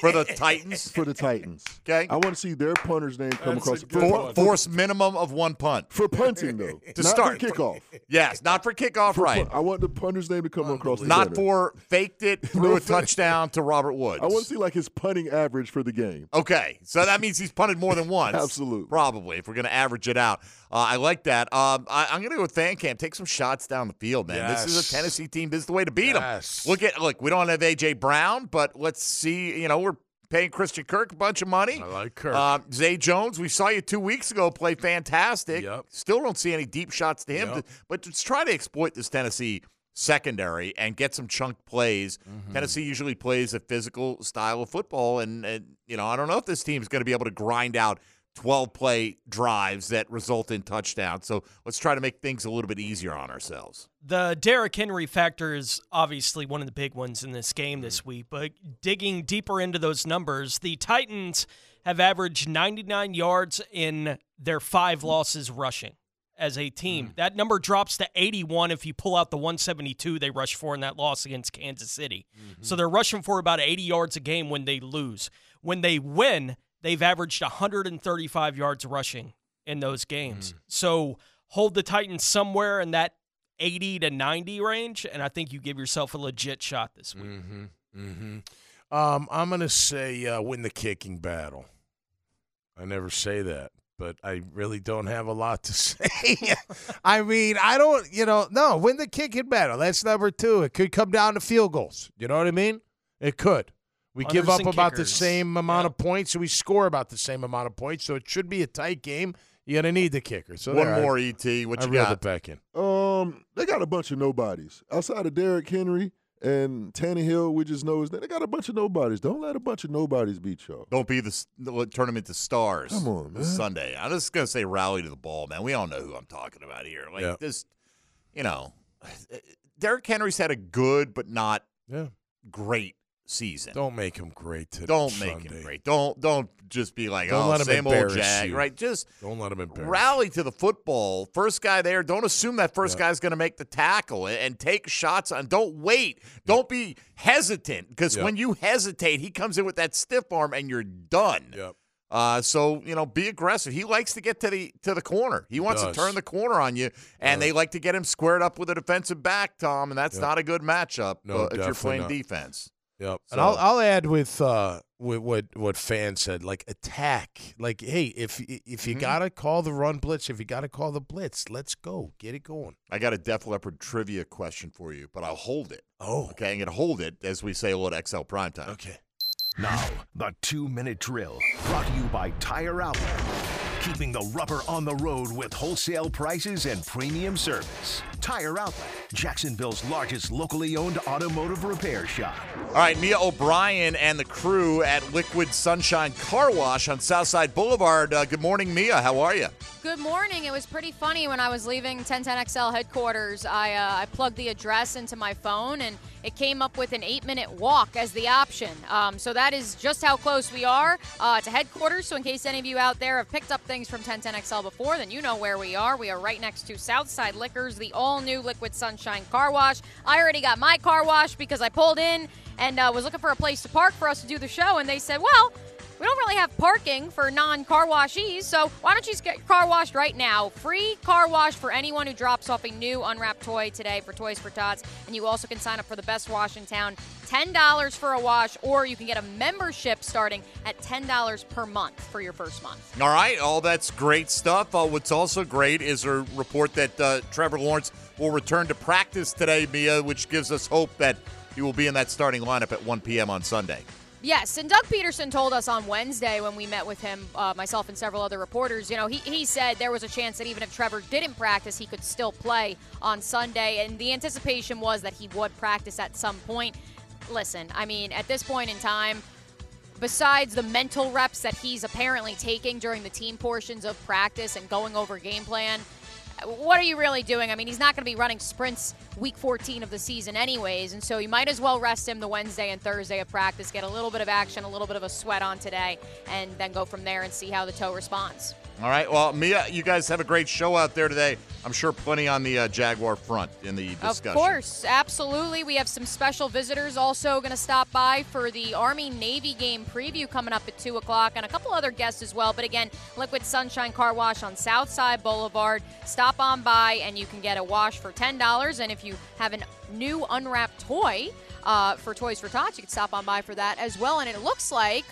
Speaker 6: for the Titans?
Speaker 9: for the Titans.
Speaker 6: Okay.
Speaker 9: I want to see their punter's name come
Speaker 6: That's a
Speaker 9: across
Speaker 6: good For- one. force minimum of one punt
Speaker 9: for punting though.
Speaker 6: To
Speaker 9: not
Speaker 6: start.
Speaker 9: for kickoff.
Speaker 6: Yes, not for kickoff,
Speaker 9: For
Speaker 6: right?
Speaker 9: punt. I want the punter's name to come across. The
Speaker 6: Not
Speaker 9: banner.
Speaker 6: for faked it threw a touchdown to Robert Woods.
Speaker 9: I want to see like his punting average for the game.
Speaker 6: Okay, so that means he's punted more than once.
Speaker 9: Absolutely.
Speaker 6: Probably, if we're going to average it out. Uh, I like that. Um, I, I'm going to go with Fan Camp. Take some shots down the field, man. This is
Speaker 7: Yes.
Speaker 6: a Tennessee team. This is the way to beat
Speaker 7: Yes.
Speaker 6: them. Look at look. We don't have AJ Brown, but let's see. You know, we're paying Christian Kirk a bunch of money. I
Speaker 7: like Kirk.
Speaker 6: Um, Zay Jones. We saw you two weeks ago play fantastic.
Speaker 7: Yep.
Speaker 6: Still don't see any deep shots to him.
Speaker 7: Yep.
Speaker 6: But just try to exploit this Tennessee secondary and get some chunk plays.
Speaker 7: Mm-hmm.
Speaker 6: Tennessee usually plays a physical style of football, and, and you know I don't know if this team is going to be able to grind out twelve play drives that result in touchdowns. So let's try to make things a little bit easier on ourselves.
Speaker 8: The Derrick Henry factor is obviously one of the big ones in this game this week, but digging deeper into those numbers, the Titans have averaged 99 yards in their five losses rushing as a team. That number drops to 81 if you pull out the 172 they rushed for in that loss against Kansas City. So they're rushing for about 80 yards a game when they lose. When they win, they've averaged 135 yards rushing in those games. So hold the Titans somewhere in that 80 to 90 range, and I think you give yourself a legit shot this week.
Speaker 7: Mm-hmm. Mm-hmm. Um, I'm going to say uh, win the kicking battle. I never say that, but I really don't have a lot to say. I mean, I don't, you know, no, win the kicking battle. That's number two. It could come down to field goals. You know what I mean? It could. We give up
Speaker 8: Punters and
Speaker 7: about the
Speaker 8: kickers.
Speaker 7: same amount of points, and we score about the same amount of points, so it should be a tight game. You're going to need the kicker. So
Speaker 6: One
Speaker 7: there, I-
Speaker 6: more et. What
Speaker 7: I
Speaker 6: you
Speaker 7: reeled
Speaker 6: got?
Speaker 7: it back in.
Speaker 9: Um, they got a bunch of nobodies outside of Derrick Henry and Tannehill. We just know his name. They got a bunch of nobodies. Don't let a bunch of nobodies beat y'all.
Speaker 6: Don't be the, s- the tournament to stars.
Speaker 9: Come on,
Speaker 6: this
Speaker 9: man.
Speaker 6: Sunday. I'm just gonna say rally to the ball, man. We all know who I'm talking about here. Like
Speaker 7: Yeah.
Speaker 6: this, you know, Derrick Henry's had a good but not
Speaker 7: Yeah.
Speaker 6: great season.
Speaker 7: Don't make him great today.
Speaker 6: Don't make him great. Don't don't just be like,
Speaker 7: Don't
Speaker 6: oh,
Speaker 7: let him
Speaker 6: same old
Speaker 7: embarrass
Speaker 6: jag,
Speaker 7: you.
Speaker 6: right? Just
Speaker 7: Don't let him embarrass.
Speaker 6: rally to the football. First guy there. Don't assume that first guy's going to make the tackle and, and take shots on. Don't wait. Don't be hesitant because
Speaker 7: Yeah.
Speaker 6: when you hesitate, he comes in with that stiff arm and you're done.
Speaker 7: Yep.
Speaker 6: Uh, so you know, be aggressive. He likes to get to the to the corner. He wants
Speaker 7: does.
Speaker 6: to turn the corner on you, and they like to get him squared up with a defensive back, Tom. And that's
Speaker 7: Yep.
Speaker 6: not a good matchup
Speaker 7: No,
Speaker 6: uh, if you're
Speaker 7: definitely
Speaker 6: playing
Speaker 7: not.
Speaker 6: defense.
Speaker 7: Yep.
Speaker 6: So-
Speaker 7: And I'll I'll add with uh with what what fan said like attack like hey if if
Speaker 6: Mm-hmm.
Speaker 7: you gotta call the run blitz if you gotta call the blitz let's go get it going
Speaker 6: I got a Def Leopard trivia question for you, but I'll hold it. Oh. Okay, I'm going to hold it as we say hello to XL Primetime.
Speaker 7: Okay.
Speaker 5: Now, the two minute drill brought to you by Tire Outlet, keeping the rubber on the road with wholesale prices and premium service. Tire Outlet, Jacksonville's largest locally owned automotive repair shop.
Speaker 6: All right, Mia O'Brien and the crew at Liquid Sunshine Car Wash on Southside Boulevard. Uh, good morning, Mia. How are you?
Speaker 17: Good morning. It was pretty funny when I was leaving 1010XL headquarters. I, uh, I plugged the address into my phone and it came up with an eight minute walk as the option. Um, so that is just how close we are uh, to headquarters. So, in case any of you out there have picked up things from 1010XL before, then you know where we are. We are right next to Southside Liquors, the all new Liquid Sunshine Car Wash. I already got my car wash because I pulled in and uh, was looking for a place to park for us to do the show. And they said, well, we don't really have parking for non-car washees, so why don't you just get car washed right now? Free car wash for anyone who drops off a new unwrapped toy today for Toys for Tots, and you also can sign up for the best wash in town. $10 for a wash, or you can get a membership starting at $10 per month for your first month.
Speaker 6: All right, all that's great stuff. Uh, what's also great is a report that uh, Trevor Lawrence will return to practice today, Mia, which gives us hope that he will be in that starting lineup at 1 p.m. on Sunday.
Speaker 17: Yes, and Doug Peterson told us on Wednesday when we met with him, uh, myself and several other reporters, you know, he, he said there was a chance that even if Trevor didn't practice, he could still play on Sunday. And the anticipation was that he would practice at some point. Listen, I mean, at this point in time, besides the mental reps that he's apparently taking during the team portions of practice and going over game plan, what are you really doing? I mean, he's not going to be running sprints week 14 of the season, anyways, and so you might as well rest him the Wednesday and Thursday of practice, get a little bit of action, a little bit of a sweat on today, and then go from there and see how the toe responds.
Speaker 6: All right. Well, Mia, you guys have a great show out there today. I'm sure plenty on the uh, Jaguar front in the discussion.
Speaker 17: Of course, absolutely. We have some special visitors also going to stop by for the Army Navy game preview coming up at 2 o'clock and a couple other guests as well. But again, Liquid Sunshine Car Wash on Southside Boulevard. Stop on by and you can get a wash for $10. And if you have a new unwrapped toy uh, for Toys for Tots, you can stop on by for that as well. And it looks like.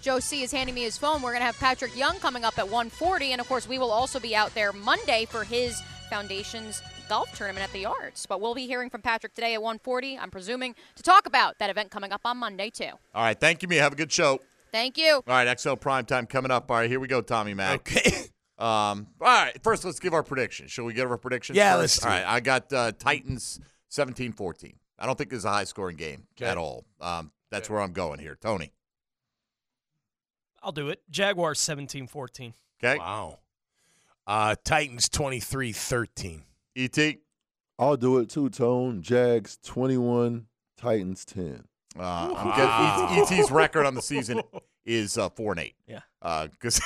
Speaker 17: Joe C is handing me his phone. We're going to have Patrick Young coming up at 1:40, and of course, we will also be out there Monday for his Foundation's golf tournament at the Yards. But we'll be hearing from Patrick today at 1:40. I'm presuming to talk about that event coming up on Monday too.
Speaker 6: All right. Thank you, Mia. Have a good show.
Speaker 17: Thank you.
Speaker 6: All right. XL Prime Time coming up. All right. Here we go, Tommy Mac. Okay. Um, all right. First, let's give our predictions. Shall we give our predictions?
Speaker 7: Yeah,
Speaker 6: first?
Speaker 7: let's do
Speaker 6: All
Speaker 7: it.
Speaker 6: right. I got uh, Titans 17 14. I don't think this is a high scoring game
Speaker 8: Okay.
Speaker 6: at all. Um, that's where I'm going here. Tony.
Speaker 8: I'll do it. Jaguars 17-14.
Speaker 6: Okay.
Speaker 7: Wow. Uh, Titans 23-13.
Speaker 6: Et.
Speaker 9: I'll do it too. Tone Jags twenty one, Titans ten.
Speaker 6: Uh, I'm E getting- ET's record on the season is uh, 4 and 8.
Speaker 8: Yeah.
Speaker 6: Because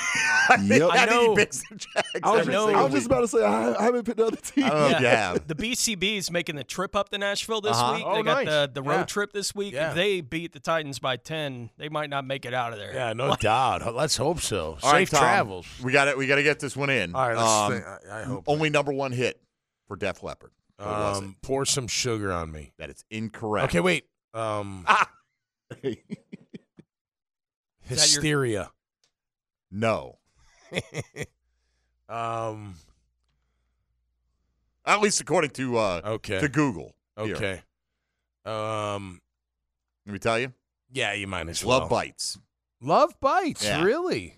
Speaker 6: I, think-
Speaker 9: Yep.
Speaker 6: I,
Speaker 9: I
Speaker 6: think
Speaker 9: know.
Speaker 6: he picks the Jags.
Speaker 9: I was,
Speaker 6: every
Speaker 9: just, I
Speaker 6: single
Speaker 9: was just
Speaker 6: week. Oh,
Speaker 9: about to say I, I haven't picked the other team.
Speaker 6: I don't know if you have.
Speaker 8: The BCB is making the trip up to Nashville this
Speaker 6: Uh-huh.
Speaker 8: week.
Speaker 6: Oh,
Speaker 8: they got
Speaker 6: nice.
Speaker 8: the, the road
Speaker 6: Yeah.
Speaker 8: trip this week.
Speaker 6: Yeah.
Speaker 8: If they beat the Titans by 10, they might not make it out of there.
Speaker 7: Yeah, no doubt. Let's hope so.
Speaker 6: All right,
Speaker 7: Safe
Speaker 6: Tom,
Speaker 7: travels.
Speaker 6: We got it. We got to get this one in. Um,
Speaker 7: All right, let's think- I- I hope
Speaker 6: only number one hit for Def Leppard. What was it?
Speaker 7: Um, pour some sugar on me.
Speaker 6: That is incorrect.
Speaker 7: Okay, wait. Um,
Speaker 6: Ah! that your-
Speaker 7: hysteria.
Speaker 6: No.
Speaker 7: um,
Speaker 6: At least according to uh,
Speaker 7: okay
Speaker 6: to Google. here.
Speaker 7: Okay. Um,
Speaker 6: Let me tell you.
Speaker 7: yeah, you might as well.
Speaker 6: Love bites.
Speaker 7: Love bites.
Speaker 6: Yeah.
Speaker 7: Really?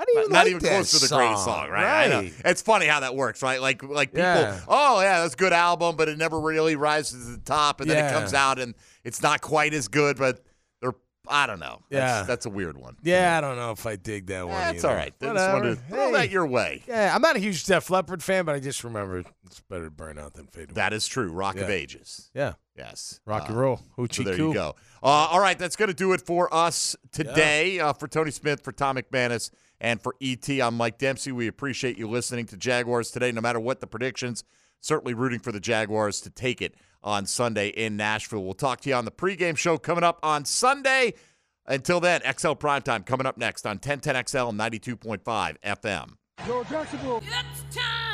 Speaker 7: I didn't
Speaker 6: Not,
Speaker 7: even
Speaker 6: not
Speaker 7: like
Speaker 6: even
Speaker 7: that
Speaker 6: close to the greatest song, right? I know.
Speaker 7: Right.
Speaker 6: It's funny how that works, right? Like, like people,
Speaker 7: Yeah.
Speaker 6: oh yeah, that's a good album, but it never really rises to the top, and then it
Speaker 7: Yeah.
Speaker 6: comes out and it's not quite as good, but they're I don't know.
Speaker 7: Yeah.
Speaker 6: That's, that's a weird one.
Speaker 7: Yeah, I don't know if I dig that one.
Speaker 6: That's
Speaker 7: either.
Speaker 6: all right. I just wanted to throw that your way.
Speaker 7: Yeah, I'm not a huge Def Leppard fan, but I just remember it's better to burn out than fade away.
Speaker 6: That is true. Rock of
Speaker 7: Yeah.
Speaker 6: Ages.
Speaker 7: Yeah.
Speaker 6: Yes.
Speaker 7: Rock and
Speaker 6: Uh,
Speaker 7: roll.
Speaker 6: So
Speaker 7: Hoochie
Speaker 6: there
Speaker 7: coo.
Speaker 6: you go. Uh, all right, that's going to do it for us today. Uh, for Tony Smith, for Tom McManus, and for ET, I'm Mike Dempsey. We appreciate you listening to Jaguars today. No matter what the predictions, certainly rooting for the Jaguars to take it on Sunday in Nashville. We'll talk to you on the pregame show coming up on Sunday. Until then, XL Primetime coming up next on 1010XL 92.5 FM.
Speaker 18: Yo, Jacksonville. It's time.